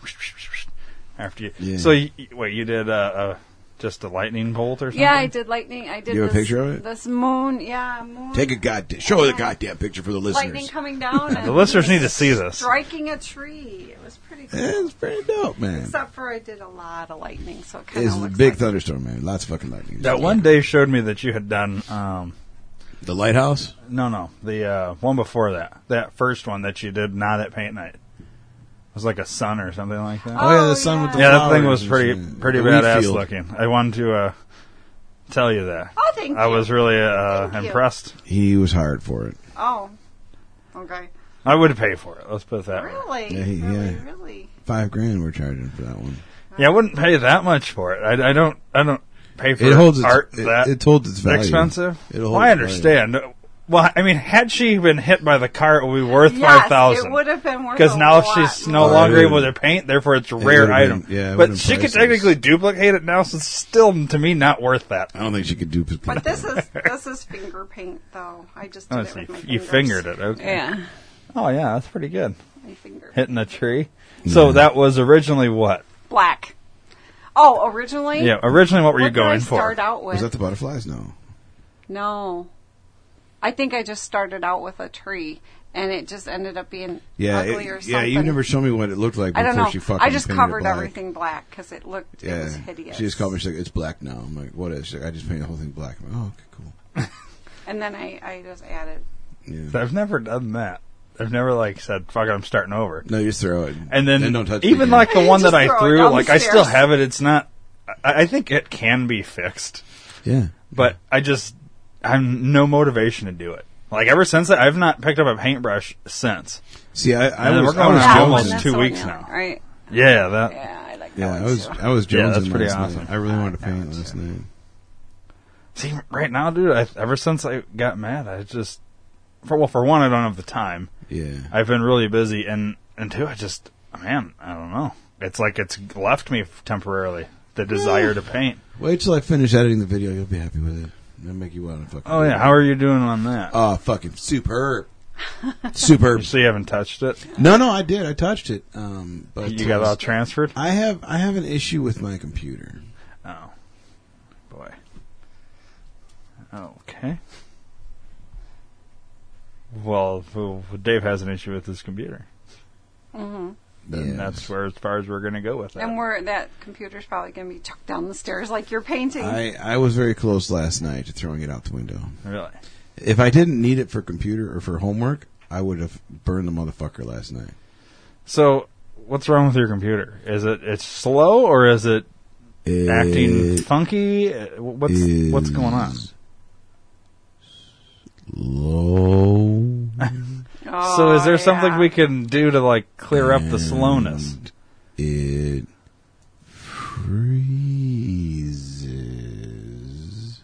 Speaker 1: after you.
Speaker 2: Yeah.
Speaker 1: So, you, wait, you did uh, uh, just a lightning bolt or something?
Speaker 3: Yeah, I did lightning. I did.
Speaker 2: You have
Speaker 3: this,
Speaker 2: a picture of it?
Speaker 3: This moon. Yeah, moon.
Speaker 2: Take a goddamn. Show the goddamn picture for the
Speaker 3: lightning
Speaker 2: listeners.
Speaker 3: coming down. and
Speaker 1: The listeners need to see this.
Speaker 3: striking a tree. It was pretty cool.
Speaker 2: Yeah, it's pretty dope, man.
Speaker 3: Except for I did a lot of lightning, so it kind
Speaker 2: It's
Speaker 3: of
Speaker 2: a
Speaker 3: looks
Speaker 2: big
Speaker 3: like
Speaker 2: thunderstorm, man. Lots of fucking lightning.
Speaker 1: That one day showed me that you had done. Um,
Speaker 2: The lighthouse.
Speaker 1: no, no, the uh, one before that, that first one that you did not at paint night. It was like a sun or something like that.
Speaker 2: Oh yeah,
Speaker 3: Oh,
Speaker 2: the sun with
Speaker 3: yeah.
Speaker 2: the
Speaker 1: yeah, that thing
Speaker 2: flowers
Speaker 1: was
Speaker 2: and
Speaker 1: pretty
Speaker 2: shit.
Speaker 1: pretty
Speaker 2: The wheat
Speaker 1: badass
Speaker 2: field.
Speaker 1: looking. I wanted to uh, tell you that.
Speaker 3: Oh, thank
Speaker 1: I
Speaker 3: you.
Speaker 1: was really uh,
Speaker 3: Thank you.
Speaker 1: impressed.
Speaker 2: He was hired for it.
Speaker 3: Oh, okay.
Speaker 1: I would pay for it. Let's put it that way.
Speaker 3: Really?
Speaker 2: Yeah, he-
Speaker 3: really?
Speaker 2: yeah.
Speaker 3: Really?
Speaker 2: Five grand we're charging for that one.
Speaker 1: Yeah, I wouldn't pay that much for it. I, I don't. I don't pay for
Speaker 2: It holds its,
Speaker 1: art
Speaker 2: it,
Speaker 1: that
Speaker 2: it holds its value.
Speaker 1: expensive.
Speaker 2: It holds
Speaker 1: Well, I
Speaker 2: its value.
Speaker 1: understand. Well, I mean, had she been hit by the car, it would be worth
Speaker 3: Yes,
Speaker 1: five thousand.
Speaker 3: it would have been worth
Speaker 1: because
Speaker 3: a
Speaker 1: now
Speaker 3: lot
Speaker 1: she's
Speaker 3: more.
Speaker 1: no
Speaker 2: Well, it
Speaker 1: longer
Speaker 2: would've-
Speaker 1: able to paint, therefore it's a
Speaker 2: would've
Speaker 1: rare
Speaker 2: been-
Speaker 1: item.
Speaker 2: yeah, it would've
Speaker 1: but
Speaker 2: been
Speaker 1: she could
Speaker 2: priceless.
Speaker 1: technically duplicate it now, so it's still to me not worth that.
Speaker 2: I don't think she could do
Speaker 3: But this is this is finger paint though. I just did
Speaker 1: Oh,
Speaker 3: it
Speaker 1: so
Speaker 3: with
Speaker 1: you,
Speaker 3: my
Speaker 1: you
Speaker 3: fingers.
Speaker 1: fingered it, okay?
Speaker 3: Yeah,
Speaker 1: Oh yeah, that's pretty good.
Speaker 3: my finger.
Speaker 1: Hitting a tree. So that was originally what?
Speaker 3: Black. Oh, originally?
Speaker 1: Yeah. Originally, what were
Speaker 3: What
Speaker 1: you
Speaker 3: did I
Speaker 1: going
Speaker 3: start
Speaker 1: for?
Speaker 3: out with?
Speaker 2: Was that the butterflies? No.
Speaker 3: no. I think I just started out with a tree, and it just ended up being
Speaker 2: Yeah,
Speaker 3: ugly or
Speaker 2: it,
Speaker 3: something.
Speaker 2: yeah. You never showed me what it looked like
Speaker 3: I
Speaker 2: before
Speaker 3: don't know.
Speaker 2: she fucking.
Speaker 3: I just
Speaker 2: painted it
Speaker 3: covered
Speaker 2: black.
Speaker 3: everything black because it looked it
Speaker 2: Yeah,
Speaker 3: was hideous.
Speaker 2: she just called me. She's like, "It's black now." I'm like, "What is?" She's like, I just painted the whole thing black. I'm like, "Oh, okay, cool."
Speaker 3: and then I, I just added.
Speaker 2: Yeah.
Speaker 1: I've never done that. I've never like said, "Fuck it, I'm starting over."
Speaker 2: no, you just throw it,
Speaker 1: And then,
Speaker 2: don't touch it
Speaker 1: even
Speaker 2: again.
Speaker 1: like the one that
Speaker 3: Just
Speaker 1: I
Speaker 3: throw it
Speaker 1: threw,
Speaker 3: down
Speaker 1: like
Speaker 3: the
Speaker 1: I still
Speaker 3: stairs.
Speaker 1: have it. It's not. I, I think it can be fixed,
Speaker 2: yeah,
Speaker 1: but I just I'm no motivation to do it. Like ever since that, I've not picked up a paintbrush since.
Speaker 2: see, I,
Speaker 1: And
Speaker 2: I
Speaker 1: then
Speaker 2: was,
Speaker 1: we're
Speaker 2: I
Speaker 1: going
Speaker 2: was
Speaker 1: on
Speaker 3: That
Speaker 1: almost
Speaker 3: one,
Speaker 2: jonesing.
Speaker 3: that's
Speaker 1: two
Speaker 3: the one
Speaker 1: weeks
Speaker 3: you
Speaker 1: now.
Speaker 3: like, Right?
Speaker 1: Yeah, that.
Speaker 3: Yeah, I like that
Speaker 2: Yeah,
Speaker 3: one
Speaker 2: I was,
Speaker 3: too.
Speaker 2: I was jonesing
Speaker 1: Yeah, that's pretty
Speaker 2: last
Speaker 1: awesome.
Speaker 2: night. I really wanted to
Speaker 1: I like
Speaker 2: paint
Speaker 1: that
Speaker 2: last
Speaker 1: one,
Speaker 2: night.
Speaker 1: See, right now, dude. I, ever since I got mad, I just for well, for one, I don't have the time.
Speaker 2: Yeah,
Speaker 1: I've been really busy, and and two, I just man, I don't know. It's like it's left me temporarily the
Speaker 3: Hmm.
Speaker 1: desire to paint.
Speaker 2: wait till I finish editing the video. You'll be happy with it. That'll make you want to fucking.
Speaker 1: Oh yeah, Uh, how are you doing on that?
Speaker 2: Oh, fucking superb, superb.
Speaker 1: so you haven't touched it?
Speaker 2: No, no, I did. I touched it. Um, but
Speaker 1: You got all transferred?
Speaker 2: I have, I have an issue with my computer.
Speaker 1: Oh, boy. Okay. Well, well, Dave has an issue with his computer. And
Speaker 2: Yeah.
Speaker 1: that's where, as far as we're going to go with that.
Speaker 3: And we're that computer's probably going to be chucked down the stairs like you're painting.
Speaker 2: I, I was very close last night to throwing it out the window.
Speaker 1: really?
Speaker 2: If I didn't need it for computer or for homework, I would have burned the motherfucker last night.
Speaker 1: So, what's wrong with your computer? Is it it's slow or is it acting
Speaker 2: It
Speaker 1: funky? Uh, What's what's going on?
Speaker 2: is Low.
Speaker 3: Oh,
Speaker 1: so, is there something
Speaker 3: yeah.
Speaker 1: we can do to like clear
Speaker 2: Um,
Speaker 1: up the slowness?
Speaker 2: And It freezes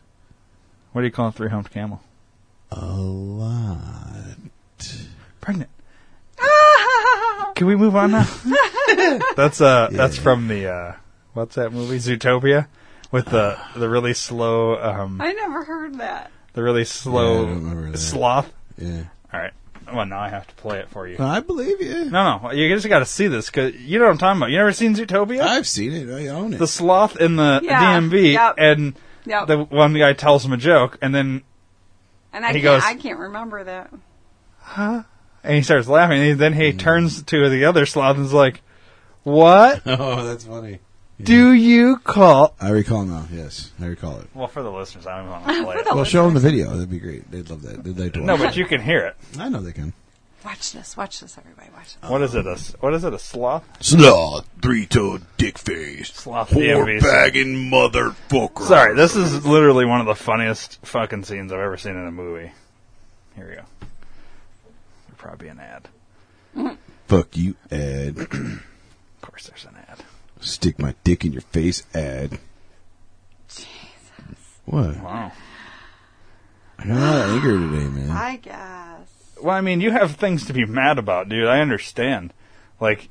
Speaker 1: What do you call a three-humped camel?
Speaker 2: a lot.
Speaker 1: Pregnant.
Speaker 3: Oh,
Speaker 1: Can we move on now? that's uh, that's from the uh, what's that movie? Zootopia, with the the really slow um,
Speaker 3: I never heard that.
Speaker 1: the really
Speaker 2: Yeah, I remember
Speaker 1: slow
Speaker 2: that.
Speaker 1: sloth.
Speaker 2: Yeah.
Speaker 1: All right. Well, now I have to play it for you.
Speaker 2: I believe you.
Speaker 1: No, no, you just got to see this because you know what I'm talking about. You never seen Zootopia?
Speaker 2: I've seen it. I own it.
Speaker 1: the sloth in the
Speaker 3: Uh. Yeah,
Speaker 1: DMV,
Speaker 3: yep.
Speaker 1: and
Speaker 3: Yep.
Speaker 1: the one guy tells him a joke, and then
Speaker 3: and I
Speaker 1: he
Speaker 3: can't,
Speaker 1: goes-
Speaker 3: I can't remember that.
Speaker 1: and he starts laughing, and then he turns to the other sloth and is like, "What
Speaker 2: oh, that's funny.
Speaker 1: do you call?"
Speaker 2: I recall now. Yes, I recall it.
Speaker 1: Well, for the listeners, I don't want to play it.
Speaker 3: Oh,
Speaker 2: Well, show them the video. That'd be great. They'd love that. They'd like to watch
Speaker 1: No, but you can hear it.
Speaker 2: it. I know they can.
Speaker 3: Watch this. Watch this, everybody. Watch this.
Speaker 1: What is it? A s- what is it? A sloth?
Speaker 4: Sloth, three-toed dick face.
Speaker 1: Sloth DMV.
Speaker 4: Whore bagging motherfucker.
Speaker 1: Sorry, this is literally one of the funniest fucking scenes I've ever seen in a movie. Here we go. There'll probably be an ad.
Speaker 2: Fuck you, Ed.
Speaker 1: Of course, there's an ad.
Speaker 2: Stick my dick in your face, Ed. What?
Speaker 1: Wow.
Speaker 2: I got a lot of anger today, man.
Speaker 3: I guess.
Speaker 1: Well, I mean, you have things to be mad about, dude. I understand. Like,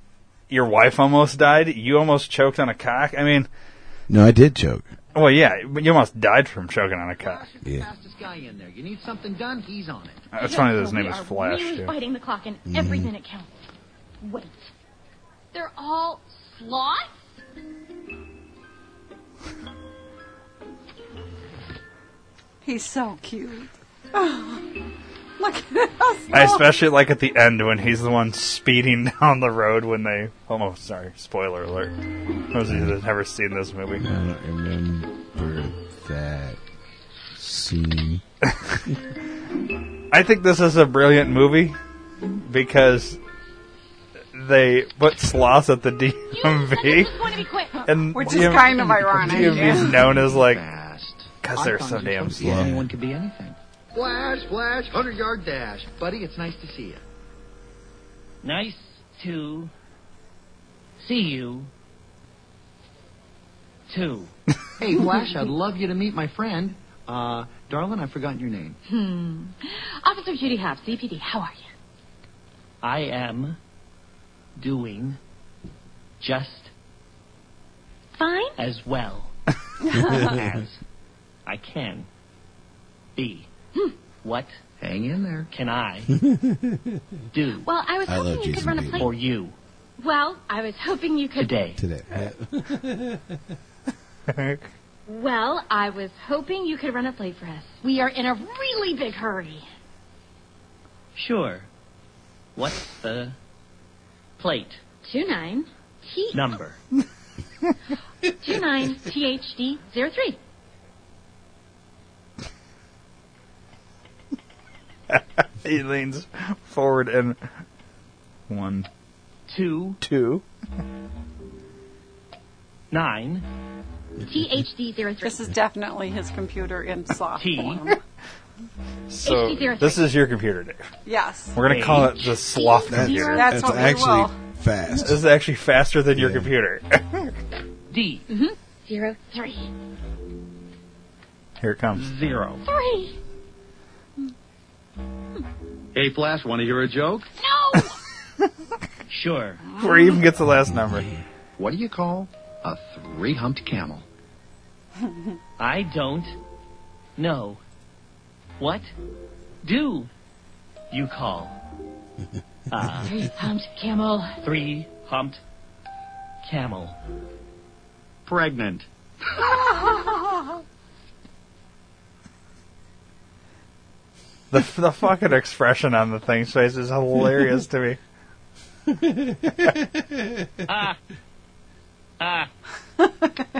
Speaker 1: your wife almost died. You almost choked on a cock. I mean,
Speaker 2: No, I did choke.
Speaker 1: well, yeah, but you almost died from choking on a cock.
Speaker 5: Flash is the
Speaker 2: Yeah.
Speaker 5: fastest guy in there. You need something done, he's on it.
Speaker 1: Uh, It's funny that his
Speaker 6: So
Speaker 1: name
Speaker 6: we
Speaker 1: is
Speaker 6: are
Speaker 1: Flash,
Speaker 6: really
Speaker 1: too.
Speaker 6: fighting the clock, and
Speaker 2: Mm-hmm.
Speaker 6: every minute counts. Wait, they're all slots?
Speaker 3: He's so cute. Oh, Look at us.
Speaker 1: I especially like at the end when he's the one speeding down the road when they. Oh, sorry, spoiler alert. Those of you that have never seen this movie.
Speaker 2: I don't remember that scene.
Speaker 1: I think this is a brilliant movie because they put sloths at the
Speaker 6: You
Speaker 1: Um,
Speaker 6: said this was
Speaker 1: DMV.
Speaker 6: going to be quick.
Speaker 1: And
Speaker 3: Which
Speaker 1: DMV
Speaker 3: is kind of ironic.
Speaker 1: DMV
Speaker 3: yeah.
Speaker 1: is known as like
Speaker 5: Fast.
Speaker 1: because
Speaker 5: I
Speaker 1: they're
Speaker 5: found
Speaker 1: so
Speaker 5: you
Speaker 1: damn
Speaker 5: something.
Speaker 1: slow.
Speaker 5: Anyone could be anything. Flash, flash, 100 yard dash. Buddy, it's nice to see you.
Speaker 7: Nice to see you. Too.
Speaker 5: Hey, Flash, I'd love you to meet my friend. Uh, darling, I've forgotten your name.
Speaker 6: Officer Judy Hobbs, CPD, how are you?
Speaker 7: I am doing just
Speaker 6: Fine?
Speaker 7: as well as I can be. What
Speaker 5: Hang in there.
Speaker 7: can I do
Speaker 6: Well, I was
Speaker 2: I love
Speaker 6: hoping you could
Speaker 2: Jason
Speaker 6: run a
Speaker 2: Bateman.
Speaker 6: plate.
Speaker 7: for you?
Speaker 5: Well, I was hoping you could.
Speaker 7: today.
Speaker 2: today.
Speaker 1: Uh,
Speaker 5: Well, I was hoping you could run a play for us. We are in a really big hurry.
Speaker 7: Sure. What's the plate
Speaker 5: Two nine T
Speaker 7: number?
Speaker 5: two nine T H D zero three.
Speaker 1: He leans forward and one,
Speaker 7: Two
Speaker 1: two.
Speaker 7: nine
Speaker 5: T H D zero three.
Speaker 3: This is definitely his computer in soft
Speaker 7: T.
Speaker 3: form.
Speaker 1: So
Speaker 5: HD03.
Speaker 1: this is your computer, Dave.
Speaker 3: Yes.
Speaker 1: We're gonna call it the sloth
Speaker 2: That's,
Speaker 1: computer.
Speaker 3: That's
Speaker 2: that's
Speaker 3: what we
Speaker 2: actually
Speaker 3: will.
Speaker 2: fast.
Speaker 1: This is actually faster than your
Speaker 2: Yeah.
Speaker 1: computer.
Speaker 7: D
Speaker 5: Zero three.
Speaker 1: Here it comes.
Speaker 7: zero.
Speaker 5: Three.
Speaker 8: Hey, Flash, want to hear a joke?
Speaker 5: No.
Speaker 7: Sure.
Speaker 1: Before he even gets the last number.
Speaker 8: What do you call a three-humped camel?
Speaker 7: I don't know. What do you call
Speaker 5: Three humped camel.
Speaker 7: three humped camel?
Speaker 8: Pregnant.
Speaker 1: The the fucking expression on the thing's face is hilarious to me.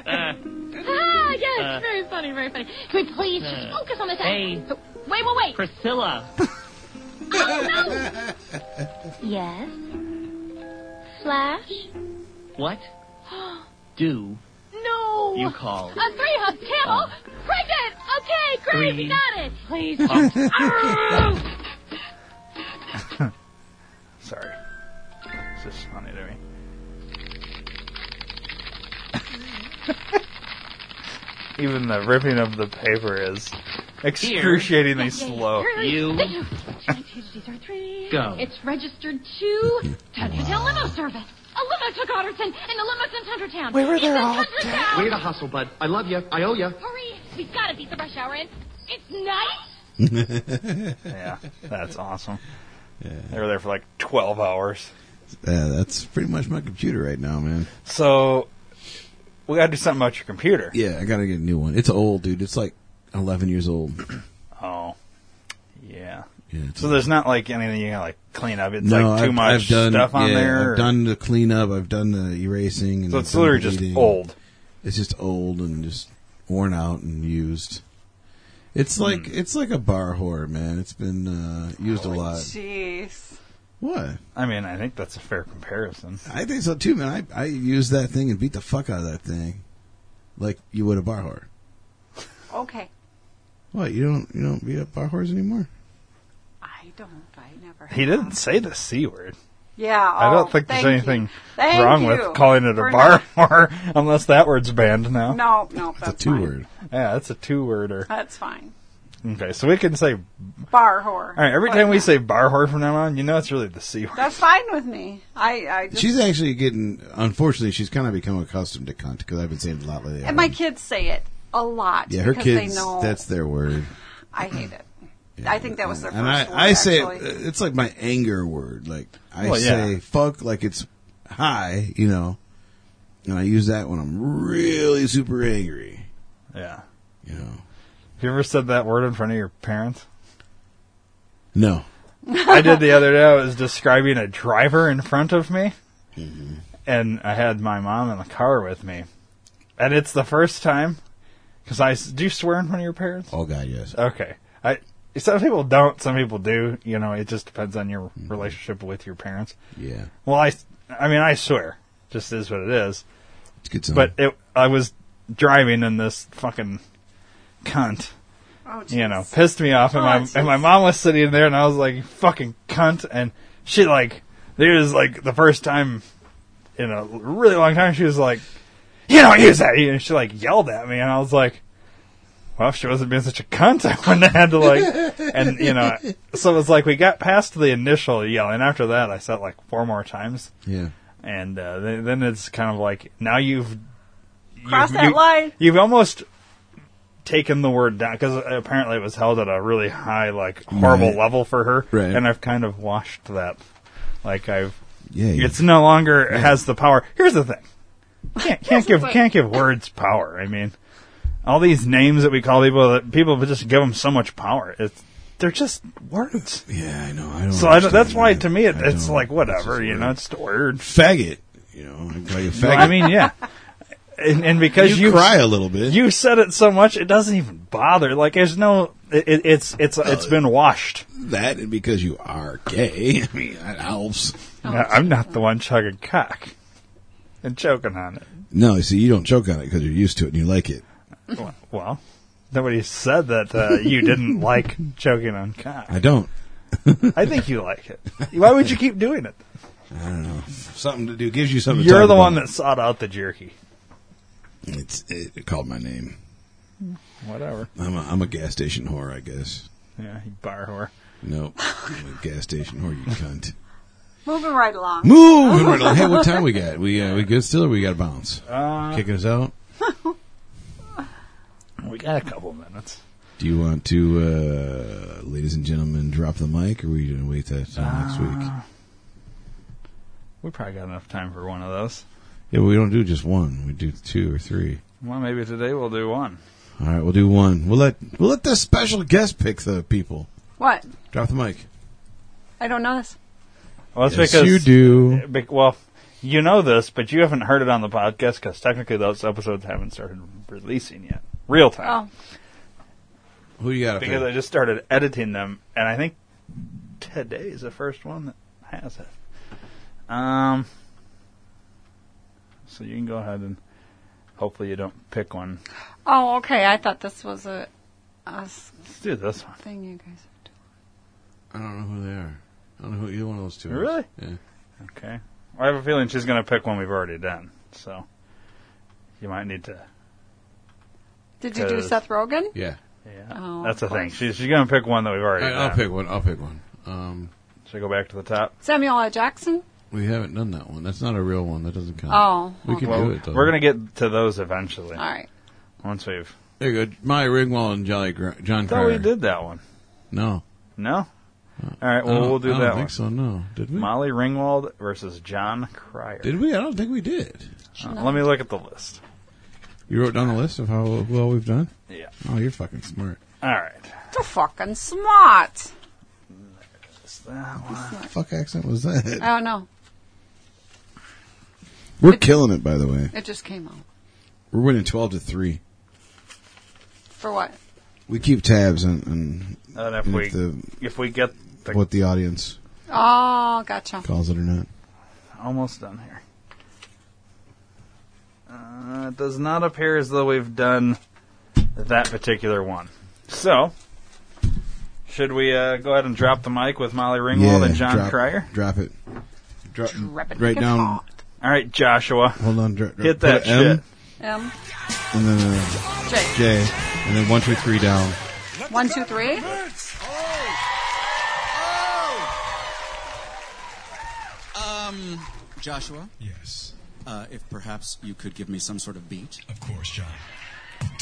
Speaker 5: Ah, yes, very funny, very funny. Can we please just focus on the
Speaker 7: hey.
Speaker 5: thing? Wait, wait, wait.
Speaker 7: Priscilla.
Speaker 5: Yes. Flash.
Speaker 7: What do
Speaker 5: No.
Speaker 7: you call
Speaker 5: A three hump camel. Pregnant. Okay, great,
Speaker 7: Three.
Speaker 5: we got it. Please.
Speaker 7: humped
Speaker 5: Arrgh.
Speaker 1: Sorry. This is funny to me. Even the ripping of the paper is excruciatingly
Speaker 5: Yeah, yeah,
Speaker 1: slow.
Speaker 5: hurry.
Speaker 7: You-
Speaker 5: Thank you. These are three.
Speaker 7: Go.
Speaker 5: It's registered to Tundertown Limo Service. A limo took Otterton, and the limo's in Tundertown. We were there all Tundertown.
Speaker 4: Way to hustle, bud. I love you. I owe you.
Speaker 5: Hurry. We've got to beat the rush hour in. It's night.
Speaker 1: Yeah, that's awesome. They were there for like 12 hours.
Speaker 2: Uh, that's pretty much my computer right now, man.
Speaker 1: So, we gotta do something about your computer.
Speaker 2: Yeah, I gotta get a new one. It's old, dude. It's like 11 years old.
Speaker 1: Oh. Yeah.
Speaker 2: Yeah, it's
Speaker 1: So there's not like anything you gotta like clean up. It's
Speaker 2: no,
Speaker 1: like too
Speaker 2: I've,
Speaker 1: much
Speaker 2: I've done,
Speaker 1: stuff on
Speaker 2: yeah,
Speaker 1: there.
Speaker 2: I've done the cleanup. I've done the erasing. And
Speaker 1: so
Speaker 2: I've
Speaker 1: it's
Speaker 2: done
Speaker 1: literally
Speaker 2: the
Speaker 1: just
Speaker 2: deleting.
Speaker 1: old.
Speaker 2: It's just old and just worn out and used.
Speaker 1: Hmm.
Speaker 2: It's like it's like a bar horror, man. It's been uh, used a lot.
Speaker 3: Jeez.
Speaker 2: What?
Speaker 1: I mean, I think that's a fair comparison.
Speaker 2: I think so too, man. I I used that thing and beat the fuck out of that thing, like you would a bar whore.
Speaker 3: Okay.
Speaker 2: What? You don't you don't beat up bar whores anymore?
Speaker 3: I don't. I never.
Speaker 1: He didn't say the c word.
Speaker 3: Yeah.
Speaker 1: I
Speaker 3: oh,
Speaker 1: don't think there's
Speaker 3: thank you.
Speaker 1: anything
Speaker 3: Thank
Speaker 1: wrong
Speaker 3: you
Speaker 1: with calling it a
Speaker 3: for
Speaker 1: bar whore, unless that word's banned now.
Speaker 3: not- No, no, that's
Speaker 2: It's a two
Speaker 3: fine.
Speaker 2: word.
Speaker 1: Yeah, that's a two worder.
Speaker 3: That's fine.
Speaker 1: Okay, so we can say. All
Speaker 3: Bar whore.
Speaker 1: right, every
Speaker 3: But
Speaker 1: time we say bar whore from now on, you know it's really the c word.
Speaker 3: That's fine with me. I. I just,
Speaker 2: She's actually getting. Unfortunately, she's kind of become accustomed to cunt because I've been saying it a lot lately. Um,
Speaker 3: and my kids say it a lot.
Speaker 2: yeah, her
Speaker 3: because
Speaker 2: kids.
Speaker 3: They know
Speaker 2: That's their word.
Speaker 3: I hate it.
Speaker 2: Yeah,
Speaker 3: I think that was their
Speaker 2: and
Speaker 3: first
Speaker 2: I,
Speaker 3: word,
Speaker 2: I say it- uh,
Speaker 3: actually.
Speaker 2: it's like my anger word. Like I
Speaker 1: Well, yeah.
Speaker 2: say fuck like it's hi, you know, and I use that when I'm really super angry.
Speaker 1: Yeah.
Speaker 2: You know,
Speaker 1: Have you ever said that word in front of your parents?
Speaker 2: no,
Speaker 1: I did the other day. I was describing a driver in front of me, and I had my mom in the car with me, and it's the first time because I s- do you swear in front of your parents.
Speaker 2: oh god, yes,
Speaker 1: Okay, I some people don't, some people do. You know, it just depends on your relationship with your parents.
Speaker 2: yeah,
Speaker 1: Well, I, s- I mean, I swear, just is what it is.
Speaker 2: it's a good. Song.
Speaker 1: But it, I was driving, and this fucking cunt
Speaker 3: oh, jeez.
Speaker 1: you know, pissed me off, and
Speaker 3: Oh,
Speaker 1: my
Speaker 3: jeez.
Speaker 1: and my mom was sitting there, and I was like, "Fucking cunt!" And she like, there was like the first time in a really long time, she was like, "You don't use that," and she like yelled at me, and I was like, "Well, if she wasn't being such a cunt, I wouldn't have had to like." and you know, so it was like we got past the initial yell, and after that, I said it like four more times,
Speaker 2: yeah,
Speaker 1: and uh, then, then it's kind of like now you've
Speaker 3: Cross
Speaker 1: you've-
Speaker 3: that
Speaker 1: you-
Speaker 3: line.
Speaker 1: You've almost taken the word down because apparently it was held at a really high, like horrible
Speaker 2: Right.
Speaker 1: level for her,
Speaker 2: Right.
Speaker 1: and I've kind of washed that. Like I've
Speaker 2: Yeah, yeah.
Speaker 1: It's no longer has the power. Here's the thing. Can't, can't give
Speaker 3: thing.
Speaker 1: can't give words power. I mean, all these names that we call people that people just give them so much power. It's they're just words.
Speaker 2: yeah, I know. I don't.
Speaker 1: So I don't,
Speaker 2: understand
Speaker 1: that's why
Speaker 2: that.
Speaker 1: to me it,
Speaker 2: I
Speaker 1: it's
Speaker 2: don't.
Speaker 1: like
Speaker 2: It's
Speaker 1: whatever.
Speaker 2: just
Speaker 1: You
Speaker 2: weird.
Speaker 1: know, it's the word.
Speaker 2: faggot. You know, I call you faggot.
Speaker 1: I mean, yeah. And, and because
Speaker 2: you, cry a little bit.
Speaker 1: you said it so much, it doesn't even bother. Like there's no, it, it- it's it's it's been washed.
Speaker 2: that and because you are gay. I mean, that helps.
Speaker 1: I- I'm not the one chugging cock and choking on it.
Speaker 2: No, you see, you don't choke on it because you're used to it and you like it.
Speaker 1: Well, nobody said that uh, you didn't like choking on cock.
Speaker 2: I don't.
Speaker 1: I think you like it. Why would you keep doing it?
Speaker 2: I don't know. Something to do gives you something. to
Speaker 1: You're
Speaker 2: talk
Speaker 1: the
Speaker 2: about.
Speaker 1: one that sought out the jerky.
Speaker 2: it's it called my name.
Speaker 1: Whatever.
Speaker 2: I'm a, I'm a gas station whore, I guess.
Speaker 1: Yeah, you bar whore.
Speaker 2: Nope, I'm a gas station whore. You cunt.
Speaker 3: Moving right along.
Speaker 2: Move. Right along. hey, what time we got? We uh, we good still? or We got to bounce.
Speaker 1: Uh,
Speaker 2: Kicking us out.
Speaker 1: we got a couple minutes.
Speaker 2: Do you want to, uh, ladies and gentlemen, drop the mic, or are we going to wait that till
Speaker 1: Uh,
Speaker 2: next week?
Speaker 1: We probably got enough time for one of those.
Speaker 2: Yeah, but we don't do just one. We do two or three.
Speaker 1: Well, maybe today we'll do one.
Speaker 2: All right, we'll do one. We'll let we'll let the special guest pick the people.
Speaker 3: What?
Speaker 2: Drop the mic.
Speaker 3: I don't know this.
Speaker 1: Well, it's
Speaker 2: yes,
Speaker 1: because
Speaker 2: you do.
Speaker 1: Bec- well, you know this, but you haven't heard it on the podcast because technically those episodes haven't started releasing yet, real time.
Speaker 3: Oh,
Speaker 2: Who you got? up
Speaker 1: because
Speaker 2: there?
Speaker 1: I just started editing them, and I think today is the first one that has it. Um, so you can go ahead and hopefully you don't pick one.
Speaker 3: oh, okay. I thought this was a, a s-
Speaker 1: Let's do this one.
Speaker 3: thing you guys.
Speaker 2: I don't know who they are. I don't know who either one of those two.
Speaker 1: Really?
Speaker 2: Is. Yeah.
Speaker 1: Okay. I have a feeling she's going to pick one we've already done, so you might need to.
Speaker 3: Did you do
Speaker 1: Because-
Speaker 3: Seth Rogen?
Speaker 2: Yeah.
Speaker 1: Yeah,
Speaker 3: Oh,
Speaker 1: that's the
Speaker 3: of
Speaker 1: thing.
Speaker 3: course.
Speaker 1: She's, she's going to pick one that we've
Speaker 2: All
Speaker 1: already
Speaker 2: right,
Speaker 1: done.
Speaker 2: I'll pick one. I'll pick one. Um,
Speaker 1: Should I go back to the top?
Speaker 3: Samuel L. Jackson?
Speaker 2: we haven't done that one. That's not a real one. That doesn't count.
Speaker 3: Oh,
Speaker 2: we can
Speaker 3: okay.
Speaker 2: do it though.
Speaker 1: We're gonna get to those eventually.
Speaker 3: All right.
Speaker 1: Once we've.
Speaker 2: There you go. My Ringwald and Jolly Gr- John
Speaker 1: Thought
Speaker 2: Cryer.
Speaker 1: we did that one.
Speaker 2: No.
Speaker 1: No. All right.
Speaker 2: I
Speaker 1: Well,
Speaker 2: don't-
Speaker 1: we'll do
Speaker 2: Uh, I don't
Speaker 1: that
Speaker 2: think
Speaker 1: one.
Speaker 2: so. No. Did we?
Speaker 1: Molly Ringwald versus John Cryer.
Speaker 2: Did we? I don't think we did.
Speaker 1: Uh, let me look at the list.
Speaker 2: You wrote down a list of how well we've done.
Speaker 1: Yeah.
Speaker 2: Oh, you're fucking smart.
Speaker 1: All right.
Speaker 3: You're fucking smart.
Speaker 1: Is that one-
Speaker 2: Fuck accent was that?
Speaker 3: I don't know.
Speaker 2: We're killing it, by the way.
Speaker 3: It just came out.
Speaker 2: We're winning twelve to three.
Speaker 3: For what?
Speaker 2: We keep tabs on, on
Speaker 1: And if
Speaker 2: If
Speaker 1: we
Speaker 2: the-
Speaker 1: if we get the,
Speaker 2: what the audience
Speaker 3: Oh, gotcha.
Speaker 2: calls it or not.
Speaker 1: almost done here. Uh, it does not appear as though we've done that particular one. So, should we uh, go ahead and drop the mic with Molly Ringwald and John
Speaker 2: drop,
Speaker 1: Cryer?
Speaker 2: Drop it. Drop,
Speaker 3: Drop it.
Speaker 2: right
Speaker 3: Get
Speaker 2: down.
Speaker 3: hot.
Speaker 1: All right, Joshua.
Speaker 2: Hold on. Dra- dra-
Speaker 1: Hit
Speaker 2: put
Speaker 1: that
Speaker 2: a M
Speaker 1: shit.
Speaker 3: M.
Speaker 2: and then a
Speaker 3: J.
Speaker 2: J, and then one, two, three down.
Speaker 3: One, two, three.
Speaker 9: Um, Joshua,
Speaker 10: Yes,
Speaker 9: uh, if perhaps you could give me some sort of beat.
Speaker 10: of course, John.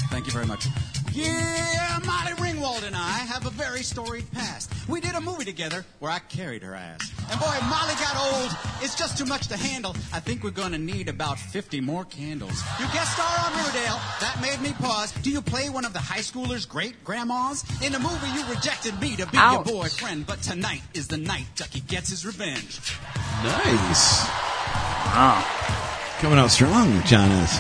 Speaker 9: Thank you very much. Yeah, Molly Ringwald and I have a very storied past. We did a movie together where I carried her ass. And boy, Molly got old. It's just too much to handle. I think we're going to need about 50 more candles. You guest star on Riverdale. That made me pause. Do you play one of the high schooler's great grandmas? In the movie, you rejected me to be
Speaker 3: Ouch.
Speaker 9: your boyfriend, but tonight is the night Ducky gets his revenge.
Speaker 2: Nice.
Speaker 1: Ah.
Speaker 2: Coming out strong, John is.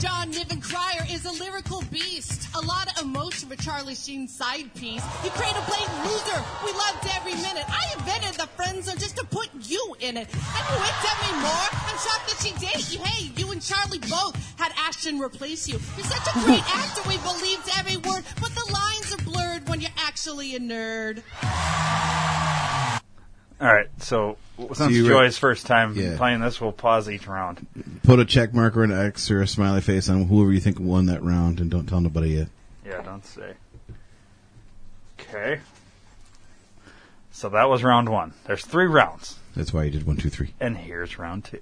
Speaker 6: John Niven Cryer is a lyrical beast. A lot of emotion for Charlie Sheen's side piece. You create a blatant loser. We loved every minute. I invented the friend zone just to put you in it. Have you winked at me more? I'm shocked that she did. You- Hey, you and Charlie both had Ashton replace you. You're such a great actor. We believed every word, but the lines are blurred when you're actually a nerd.
Speaker 1: All right, so w- since
Speaker 2: you re-
Speaker 1: Joy's first time
Speaker 2: Yeah.
Speaker 1: playing this, we'll pause each round.
Speaker 2: Put a check mark or an X or a smiley face on whoever you think won that round, and don't tell nobody yet.
Speaker 1: Yeah, don't say. Okay. So that was round one. There's three rounds,
Speaker 2: That's why you did one, two, three.
Speaker 1: and here's round two.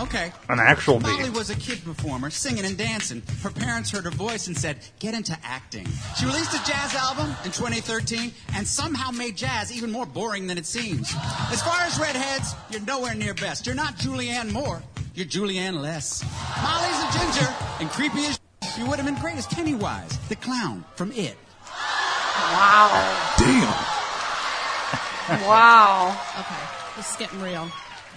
Speaker 4: Okay.
Speaker 1: An actual bee.
Speaker 4: Molly was a kid performer, singing and dancing. Her parents heard her voice and said, "Get into acting." She released a jazz album in 2013 and somehow made jazz even more boring than it seems. As far as redheads, you're nowhere near best. You're not Julianne Moore. You're Julianne Less. Molly's a ginger and creepy as. sh- You would have been great as Pennywise, the clown from It.
Speaker 3: Wow.
Speaker 11: Damn.
Speaker 3: Wow.
Speaker 6: Okay, this is getting real.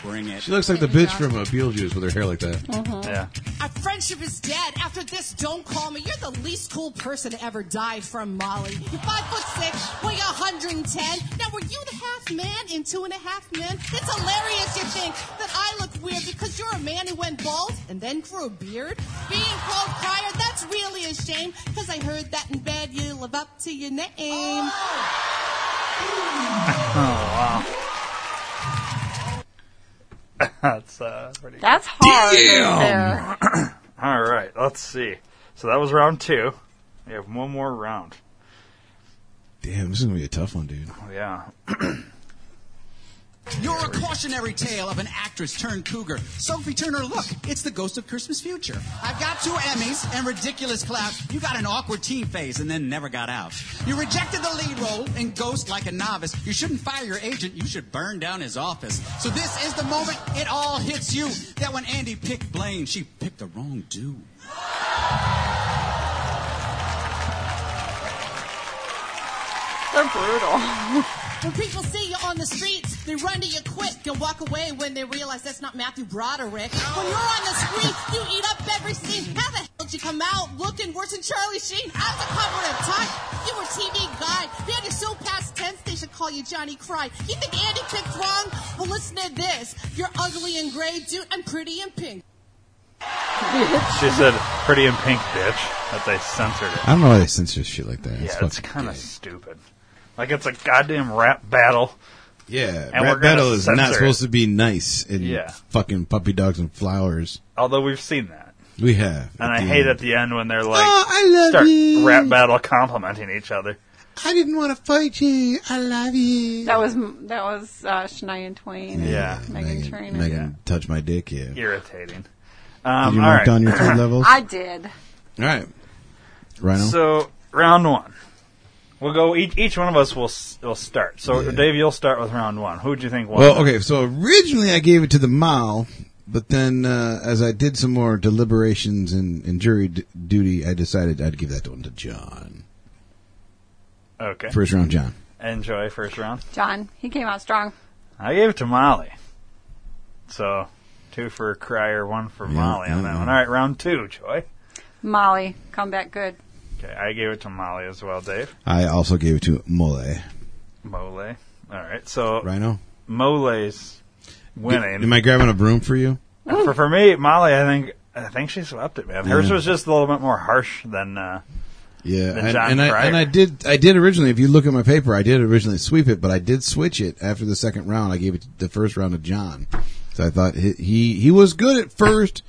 Speaker 4: Bring it.
Speaker 2: She looks like the bitch from uh, Beetlejuice with her hair like that.
Speaker 1: Yeah.
Speaker 6: Our friendship is dead. After this, don't call me. You're the least cool person to ever die from Molly. You're five foot six, weigh 110. Now, were you the half man in Two and a Half Men? It's hilarious you think that I look weird because you're a man who went bald and then grew a beard. Being called prior, that's really a shame because I heard that in bed you live up to your name.
Speaker 1: That's uh, pretty
Speaker 3: That's hard. Right there.
Speaker 1: All right, let's see. So that was round two. We have one more round.
Speaker 2: Damn, this is gonna be a tough one, dude.
Speaker 1: Oh, yeah.
Speaker 4: You're a cautionary tale of an actress turned cougar. Sophie Turner, look, it's the ghost of Christmas future. I've got two Emmys and ridiculous clout. You got an awkward teen phase and then never got out. You rejected the lead role in Ghost like a novice. You shouldn't fire your agent, you should burn down his office. So this is the moment it all hits you that when Andy picked Blaine, she picked the wrong dude.
Speaker 3: They're brutal.
Speaker 6: When people see you on the streets, they run to you quick and walk away when they realize that's not Matthew Broderick. When you're on the street, you eat up every scene. How the hell did you come out looking worse than Charlie Sheen? I was a cover of time. You were TV God. They had you so past tense, they should call you Johnny Cry. You think Andy picked wrong? Well, listen to this. You're ugly and gray, dude. I'm pretty and pink.
Speaker 1: She said pretty in pink, bitch, but they censored it.
Speaker 2: I don't know why they censor shit like that.
Speaker 1: Yeah,
Speaker 2: fucking
Speaker 1: it's kind of
Speaker 2: gay.
Speaker 1: stupid. Like, it's a goddamn rap battle.
Speaker 2: Yeah,
Speaker 1: And we're
Speaker 2: rap
Speaker 1: gonna
Speaker 2: battle is
Speaker 1: censor
Speaker 2: not
Speaker 1: it.
Speaker 2: supposed to be nice and
Speaker 1: Yeah.
Speaker 2: fucking puppy dogs and flowers.
Speaker 1: Although we've seen that.
Speaker 2: We have.
Speaker 1: And I hate
Speaker 2: it.
Speaker 1: at the end when they're like,
Speaker 2: Oh, I love
Speaker 1: start
Speaker 2: you.
Speaker 1: rap battle complimenting each other.
Speaker 2: I didn't want to fight you. I love you.
Speaker 3: That was that was uh, Shania Twain. and
Speaker 1: Yeah.
Speaker 3: Megan Trainor.
Speaker 2: Megan touch my dick, yeah.
Speaker 1: Irritating.
Speaker 2: Did
Speaker 1: Um,
Speaker 2: you
Speaker 1: all
Speaker 2: mark
Speaker 1: right.
Speaker 2: down your three levels?
Speaker 3: I did.
Speaker 2: all right. Rhino?
Speaker 1: So round one. We'll go. Each, each one of us will s- will start. So
Speaker 2: Yeah.
Speaker 1: Dave, you'll start with round one. Who'd you think won?
Speaker 2: Well, okay. So originally I gave it to the mile, but then uh, as I did some more deliberations and, and jury d- duty, I decided I'd give that one to John.
Speaker 1: Okay.
Speaker 2: First round, John.
Speaker 1: Enjoy first round.
Speaker 3: John, he came out strong.
Speaker 1: I gave it to Molly. So two for Crier, one for
Speaker 2: Yeah,
Speaker 1: Molly on that
Speaker 2: uh-uh.
Speaker 1: one. All right, round two, Joy.
Speaker 3: Molly, come back good.
Speaker 1: Okay, I gave it to Molly as well, Dave.
Speaker 2: I also gave it to Mole.
Speaker 1: Mole. All right, so
Speaker 2: Rhino?
Speaker 1: Mole's winning.
Speaker 2: Am I grabbing a broom for you?
Speaker 3: Oh.
Speaker 1: for for me, Molly, I think I think she swept it, man. Hers
Speaker 2: Yeah.
Speaker 1: was just a little bit more harsh than. Uh,
Speaker 2: Yeah,
Speaker 1: Then
Speaker 2: and,
Speaker 1: John
Speaker 2: and I
Speaker 1: Cryer.
Speaker 2: and I did I did originally. If you look at my paper, I did originally sweep it, but I did switch it after the second round. I gave it the first round to John, so I thought he he, he was good at first,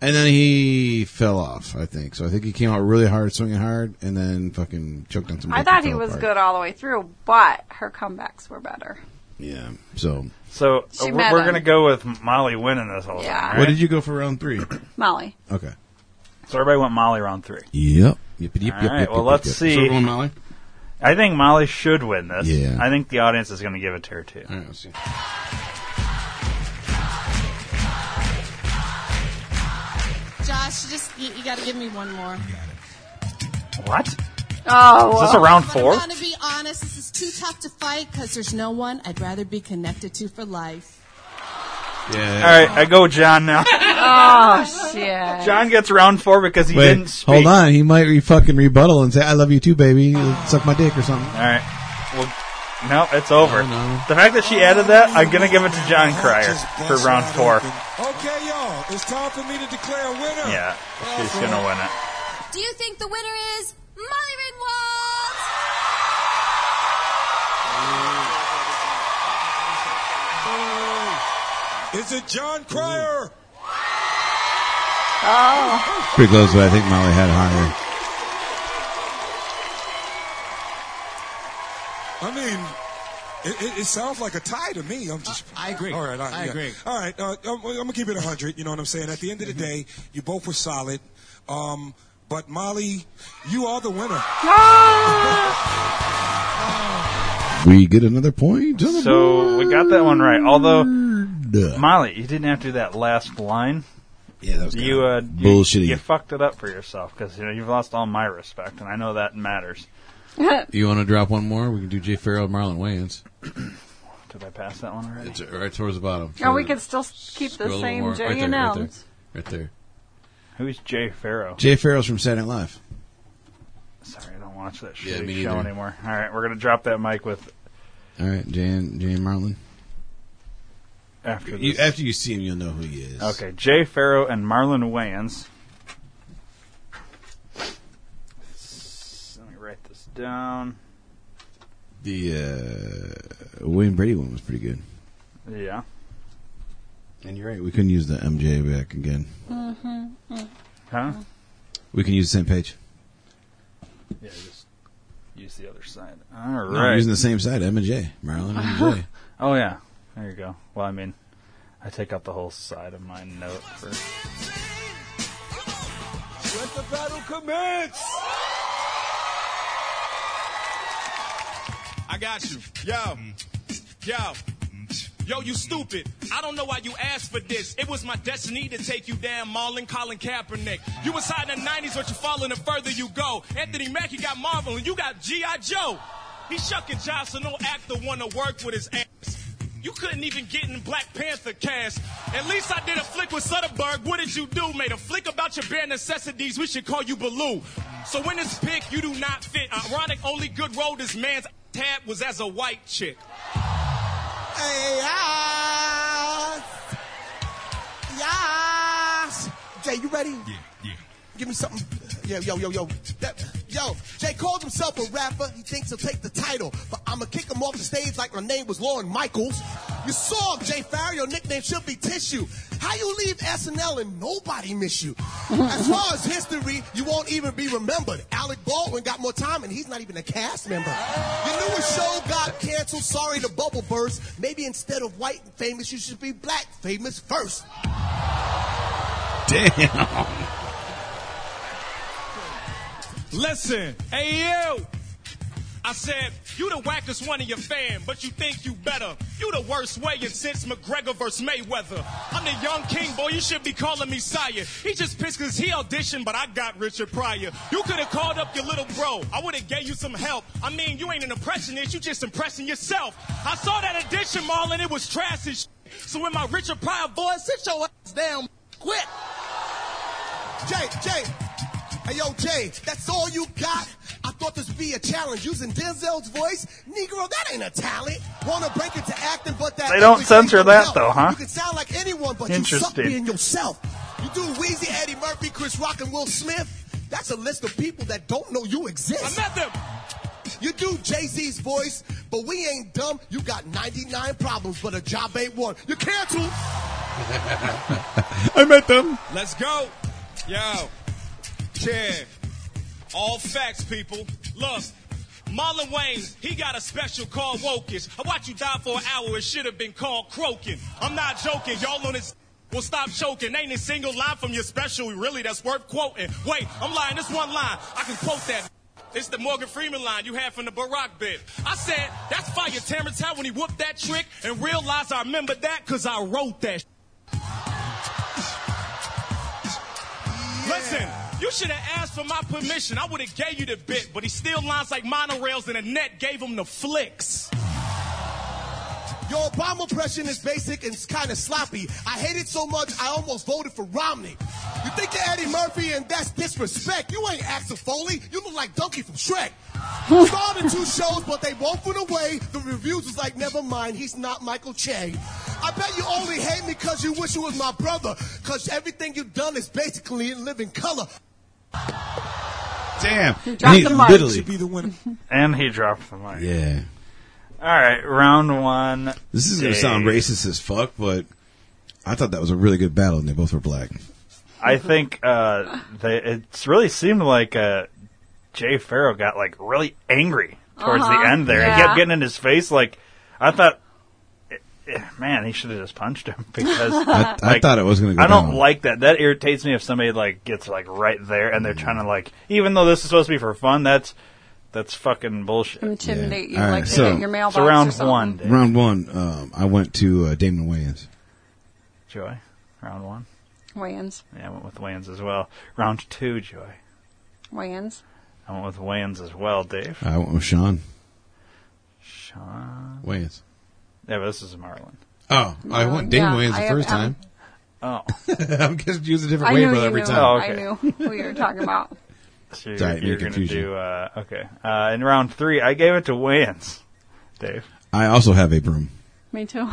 Speaker 2: and then he fell off. I think so. I think he came out really hard, swinging hard, and then fucking choked on some.
Speaker 3: I
Speaker 2: dick
Speaker 3: thought
Speaker 2: and
Speaker 3: he
Speaker 2: fell
Speaker 3: was
Speaker 2: apart.
Speaker 3: good all the way through, but her comebacks were better.
Speaker 2: Yeah. So
Speaker 1: so uh,
Speaker 3: She
Speaker 1: we're,
Speaker 3: met
Speaker 1: we're
Speaker 3: him.
Speaker 1: gonna go with Molly winning this whole
Speaker 3: Yeah.
Speaker 1: thing.
Speaker 2: what
Speaker 1: Right?
Speaker 2: did you go for round three?
Speaker 3: Molly,
Speaker 2: Okay.
Speaker 1: so everybody went Molly round three.
Speaker 2: Yep. Yep. Yep. Yep.
Speaker 1: All
Speaker 2: yep,
Speaker 1: right,
Speaker 2: yep
Speaker 1: well,
Speaker 2: yep,
Speaker 1: let's
Speaker 2: yep.
Speaker 1: see.
Speaker 2: So everyone, Molly.
Speaker 1: I think Molly should win this.
Speaker 2: Yeah.
Speaker 1: I think the audience is going to give it to her too.
Speaker 2: All right. Let's see.
Speaker 6: Josh, you just you, you got to give me one more.
Speaker 1: What? Is
Speaker 3: oh,
Speaker 1: this a round
Speaker 6: But
Speaker 1: four?
Speaker 6: I'm gonna be honest. This is too tough to fight because there's no one I'd rather be connected to for life.
Speaker 2: Yeah.
Speaker 1: All right, I go with John now.
Speaker 3: oh shit!
Speaker 1: John gets round four because he
Speaker 2: Wait,
Speaker 1: didn't speak.
Speaker 2: hold on. He might re- fucking rebuttal and say, "I love you too, baby. Suck my dick or something."
Speaker 1: All right. Well, no, it's over.
Speaker 2: Oh, no.
Speaker 1: The fact that she added that, I'm going to give it to John Cryer for round four.
Speaker 10: Okay, y'all, it's time for me to declare a winner.
Speaker 1: Yeah, she's going to win it.
Speaker 6: Do you think the winner is Molly Ringwald?
Speaker 10: Is it John Cryer?
Speaker 2: Pretty close, but I think Molly had higher.
Speaker 10: I mean, It, it, it sounds like a tie to me. I'm just.
Speaker 9: I agree.
Speaker 10: All right, all right,
Speaker 9: I
Speaker 10: yeah.
Speaker 9: agree.
Speaker 10: All right, uh, I'm, I'm gonna keep it hundred. You know what I'm saying? At the end of the
Speaker 9: Mm-hmm.
Speaker 10: day, you both were solid. Um, but Molly, you are the winner.
Speaker 2: We get another point. on the
Speaker 1: So we got that one right. Although,
Speaker 2: board.
Speaker 1: Molly, you didn't have to do that last line.
Speaker 2: Yeah, that was
Speaker 1: you, uh, you,
Speaker 2: bullshitty.
Speaker 1: You fucked it up for yourself because you know you've lost all my respect, and I know that matters.
Speaker 12: You want to drop one more? We can do Jay Farrell and Marlon Wayans.
Speaker 1: Did I pass that one already?
Speaker 12: It's right towards the bottom.
Speaker 3: Or we could still s- keep
Speaker 12: Scroll a
Speaker 3: the
Speaker 12: little
Speaker 3: same
Speaker 12: more.
Speaker 3: J
Speaker 12: right there,
Speaker 3: and
Speaker 12: right
Speaker 3: L.
Speaker 12: there. Right there.
Speaker 1: Who's Jay Farrow?
Speaker 2: Jay Farrell's from Saturday Night Live.
Speaker 1: Sorry, I don't watch that
Speaker 2: Yeah,
Speaker 1: shitty
Speaker 2: me
Speaker 1: show
Speaker 2: neither.
Speaker 1: anymore. All right, we're gonna drop that mic with
Speaker 2: All right, Jan, Jan Marlin.
Speaker 1: after
Speaker 2: You,
Speaker 1: this.
Speaker 2: after you see him, you'll know who he is.
Speaker 1: Okay, Jay Farrow and Marlon Wayans. S- Let me write this down.
Speaker 2: The uh, William Brady one was pretty good.
Speaker 1: Yeah.
Speaker 2: And you're right. We couldn't use the MJ back again.
Speaker 1: Huh?
Speaker 2: We can use the same page.
Speaker 1: Yeah, just use the other side. All
Speaker 2: No, we're
Speaker 1: right.
Speaker 2: using the same side, M and J, Marlon and J.
Speaker 1: oh yeah. There you go. Well, I mean, I take out the whole side of my note for.
Speaker 10: Let the battle commence.
Speaker 13: I got you. Yo. Yo. Yo, you stupid. I don't know why you asked for this. It was my destiny to take you down, Marlon Colin Kaepernick. You was high in the 90s, but you're falling the further you go. Anthony Mackie got Marvel, and you got G.I. Joe. He shucking jobs, so no actor want to work with his ass. You couldn't even get in Black Panther cast. At least I did a flick with Soderbergh. What did you do? Made a flick about your bare necessities. We should call you Baloo. So in this pick, you do not fit. Ironic, only good role this man's tab was as a white chick.
Speaker 9: Yes. Yes. Jay, you ready? Yeah, yeah. Give me something. Yo, yo, yo, yo. That- yo, Jay calls himself a rapper. He thinks he'll take the title, but I'ma kick him off the stage like my name was Lauren Michaels. You saw him, Jay Farrell. Your nickname should be Tissue. How you leave SNL and nobody miss you? As far as history, you won't even be remembered. Alec Baldwin got more time, and he's not even a cast member. Your newest show got canceled. Sorry, the bubble burst. Maybe instead of white and famous, you should be black famous first.
Speaker 2: Damn.
Speaker 13: Listen, hey you. I said, you the wackest one in your fam, but you think you better. You the worst way and since McGregor versus Mayweather. I'm the young king, boy, you should be calling me sire. He just pissed cause he auditioned, but I got Richard Pryor. You could have called up your little bro. I would have gave you some help. I mean, you ain't an impressionist, you just impressing yourself. I saw that audition, Marlon, it was trash as shit. So in my Richard Pryor voice, sit your ass down
Speaker 9: Quit. Jay, Jay. Hey, yo, Jay, that's all you got? I thought this would be a challenge. Using Denzel's voice? Negro, that ain't a talent. Wanna break into acting, but that.
Speaker 1: They don't
Speaker 9: everything
Speaker 1: censor
Speaker 9: you
Speaker 1: that,
Speaker 9: know.
Speaker 1: though, huh?
Speaker 9: You can sound like anyone, but you suck
Speaker 1: Interesting.
Speaker 9: being yourself. You do Wheezy, Eddie Murphy, Chris Rock, and Will Smith. That's a list of people that don't know you exist.
Speaker 13: I met them.
Speaker 9: You do Jay Z's voice, but we ain't dumb. You got 99 problems, but a job ain't one. You're canceled.
Speaker 2: I met them.
Speaker 13: Let's go. Yo. Yeah. All facts, people. Look. Marlon Wayans, he got a special called Wokish. I watch you die for an hour. It should have been called croaking. I'm not joking. Y'all on this will stop choking. Ain't a single line from your special really that's worth quoting. Wait, I'm lying. This one line. I can quote that. It's the Morgan Freeman line you had from the Barack bit. I said, that's fire Terrence Howard when he whooped that trick and realized I remember that because I wrote that. Listen, you should have asked for my permission. I would have gave you the bit, but he still lines like monorails, and the net gave him the flicks.
Speaker 9: Your Obama impression is basic and it's kind of sloppy. I hate it so much, I almost voted for Romney. You think you're Eddie Murphy and that's disrespect. You ain't Axel Foley. You look like Donkey from Shrek. Saw the two shows, but they both went away. The reviews was like, never mind, he's not Michael Che. I bet you only hate me because you wish you was my brother. Because everything you've done is basically in living color.
Speaker 2: Damn.
Speaker 9: dropped
Speaker 2: He
Speaker 9: the mic.
Speaker 2: Literally.
Speaker 9: Be the winner.
Speaker 1: And he dropped the mic.
Speaker 2: Yeah.
Speaker 1: All right, round one.
Speaker 2: This is going to
Speaker 1: Jay.
Speaker 2: sound racist as fuck, but I thought that was a really good battle, and they both were black.
Speaker 1: I think uh, they, it really seemed like uh, Jay Farrow got like really angry towards
Speaker 3: Uh-huh,
Speaker 1: the end there. He
Speaker 3: yeah.
Speaker 1: kept getting in his face like. I thought, eh, eh, man, he should have just punched him because
Speaker 2: I- I thought it was gonna go
Speaker 1: Uh, I don't
Speaker 2: down.
Speaker 1: like that. That irritates me if somebody like gets like right there and they're
Speaker 2: Mm.
Speaker 1: trying to like, even though this is supposed to be for fun, that's that's fucking bullshit.
Speaker 3: Intimidate you
Speaker 2: All right,
Speaker 3: like they
Speaker 2: so-
Speaker 3: hit your mailbox.
Speaker 1: So round
Speaker 3: or something.
Speaker 1: one.
Speaker 2: Round one, um, I went to uh, Damon Wayans.
Speaker 1: Joy, round one.
Speaker 3: Wayans.
Speaker 1: Yeah, I went with Wayans as well. Round two, Joy.
Speaker 3: Wayans.
Speaker 1: I went with Wayans as well, Dave.
Speaker 2: I went with Sean
Speaker 1: Sean.
Speaker 2: Wayans.
Speaker 1: Yeah, but this is Marlon.
Speaker 2: Oh, I went Damon
Speaker 3: yeah,
Speaker 2: Wayans the
Speaker 3: I-
Speaker 2: first
Speaker 3: um,
Speaker 2: time.
Speaker 1: Oh.
Speaker 2: I'm confused a different
Speaker 3: I
Speaker 2: way,
Speaker 3: knew
Speaker 2: brother,
Speaker 3: you
Speaker 2: every
Speaker 3: knew.
Speaker 2: time.
Speaker 3: I
Speaker 12: Oh,
Speaker 3: knew who you were talking about.
Speaker 1: So you're,
Speaker 2: Sorry,
Speaker 1: you're
Speaker 2: no
Speaker 1: gonna
Speaker 2: confusion.
Speaker 1: do uh, okay. Uh, in round three, I gave it to Wayans, Dave.
Speaker 2: I also have a broom.
Speaker 3: Me too.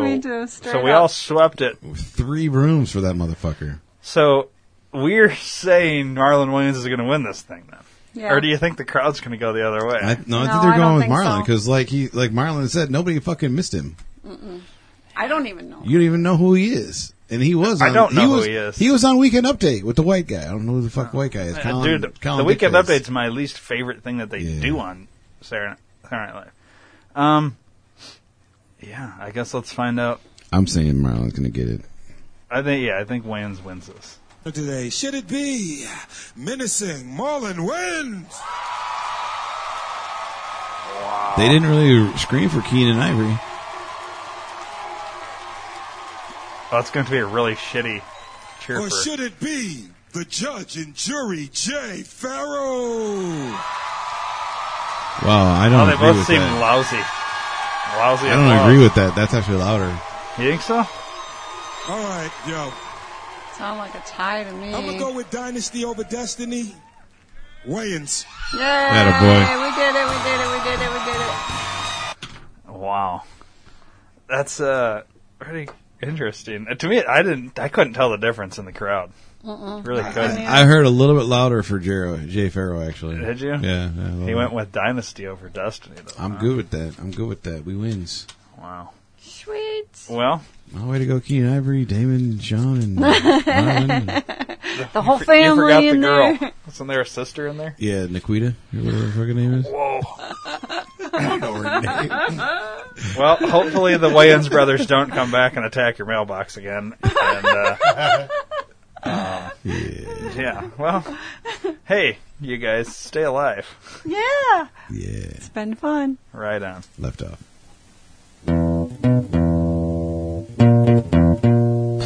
Speaker 3: Me too,
Speaker 1: so
Speaker 3: straight
Speaker 1: we
Speaker 3: up.
Speaker 1: all swept it.
Speaker 2: Three brooms for that motherfucker.
Speaker 1: So we're saying Marlon Wayans is going to win this thing, then.
Speaker 3: Yeah.
Speaker 1: Or do you think the crowd's going to go the other way?
Speaker 2: I, no, I
Speaker 3: No,
Speaker 2: think they're
Speaker 3: I
Speaker 2: going
Speaker 3: don't
Speaker 2: with
Speaker 3: think
Speaker 2: Marlon
Speaker 3: so.
Speaker 2: because, like he, like Marlon said, nobody fucking missed him.
Speaker 3: Mm-mm. I don't even know.
Speaker 2: You don't even know who he is, and he was.
Speaker 1: I
Speaker 2: On,
Speaker 1: don't know
Speaker 2: he
Speaker 1: who
Speaker 2: was,
Speaker 1: he is.
Speaker 2: He was on Weekend Update with the white guy. I don't know who the fuck white guy is.
Speaker 1: Uh,
Speaker 2: Colin,
Speaker 1: Dude, the,
Speaker 2: Colin
Speaker 1: the weekend
Speaker 2: Dickface.
Speaker 1: update's my least favorite thing that they do on Saturday Saturday Night Live. Um, yeah, I guess let's find out.
Speaker 2: I'm saying Marlon's gonna get it.
Speaker 1: I think yeah, I think Wayans wins this.
Speaker 10: Today, should it be menacing Marlon wins?
Speaker 2: They didn't really scream for Keenan Ivory.
Speaker 1: That's going to Oh, be a really shitty cheer
Speaker 10: Or
Speaker 4: Oh,
Speaker 1: for-
Speaker 10: should it be the judge and jury, Jay Farrow?
Speaker 2: Wow, I don't
Speaker 1: Oh, they
Speaker 2: agree
Speaker 1: both
Speaker 2: with
Speaker 1: seem
Speaker 2: that.
Speaker 1: lousy. Lousy.
Speaker 2: I don't agree with that. That's actually louder.
Speaker 1: You think so?
Speaker 10: All right, yo.
Speaker 3: Sound like a tie to me.
Speaker 10: I'm going to go with Dynasty over Destiny. Wayans.
Speaker 3: Yay!
Speaker 10: Attaboy.
Speaker 3: We did it! We did it! We did it! We did it!
Speaker 1: Wow, that's uh pretty interesting. Uh, to me, I didn't, I couldn't tell the difference in the crowd.
Speaker 3: Mm-mm.
Speaker 1: Really
Speaker 3: I-
Speaker 1: couldn't.
Speaker 2: I heard a little bit louder for Jero, Jay Farrow actually.
Speaker 1: Did you?
Speaker 2: Yeah, yeah, a
Speaker 1: he
Speaker 2: little
Speaker 1: went
Speaker 2: bit.
Speaker 1: with Dynasty over Destiny. Though.
Speaker 2: I'm good with that. I'm good with that. We wins.
Speaker 1: Wow.
Speaker 3: Sweet.
Speaker 1: Well,
Speaker 2: My way to go, Keenan Ivory, Damon, John, and Marlon.
Speaker 3: the whole
Speaker 1: you for- you
Speaker 3: family
Speaker 1: forgot the
Speaker 3: in
Speaker 1: girl.
Speaker 3: there.
Speaker 1: Wasn't there a sister in there?
Speaker 2: yeah, Nikita, whatever her fucking name is.
Speaker 1: Whoa. Well, hopefully the Wayans brothers don't come back and attack your mailbox again. And, uh, uh,
Speaker 2: yeah.
Speaker 1: Well, hey, you guys, stay alive.
Speaker 3: Yeah.
Speaker 2: Yeah.
Speaker 3: It's been fun.
Speaker 1: Right on.
Speaker 2: Left off.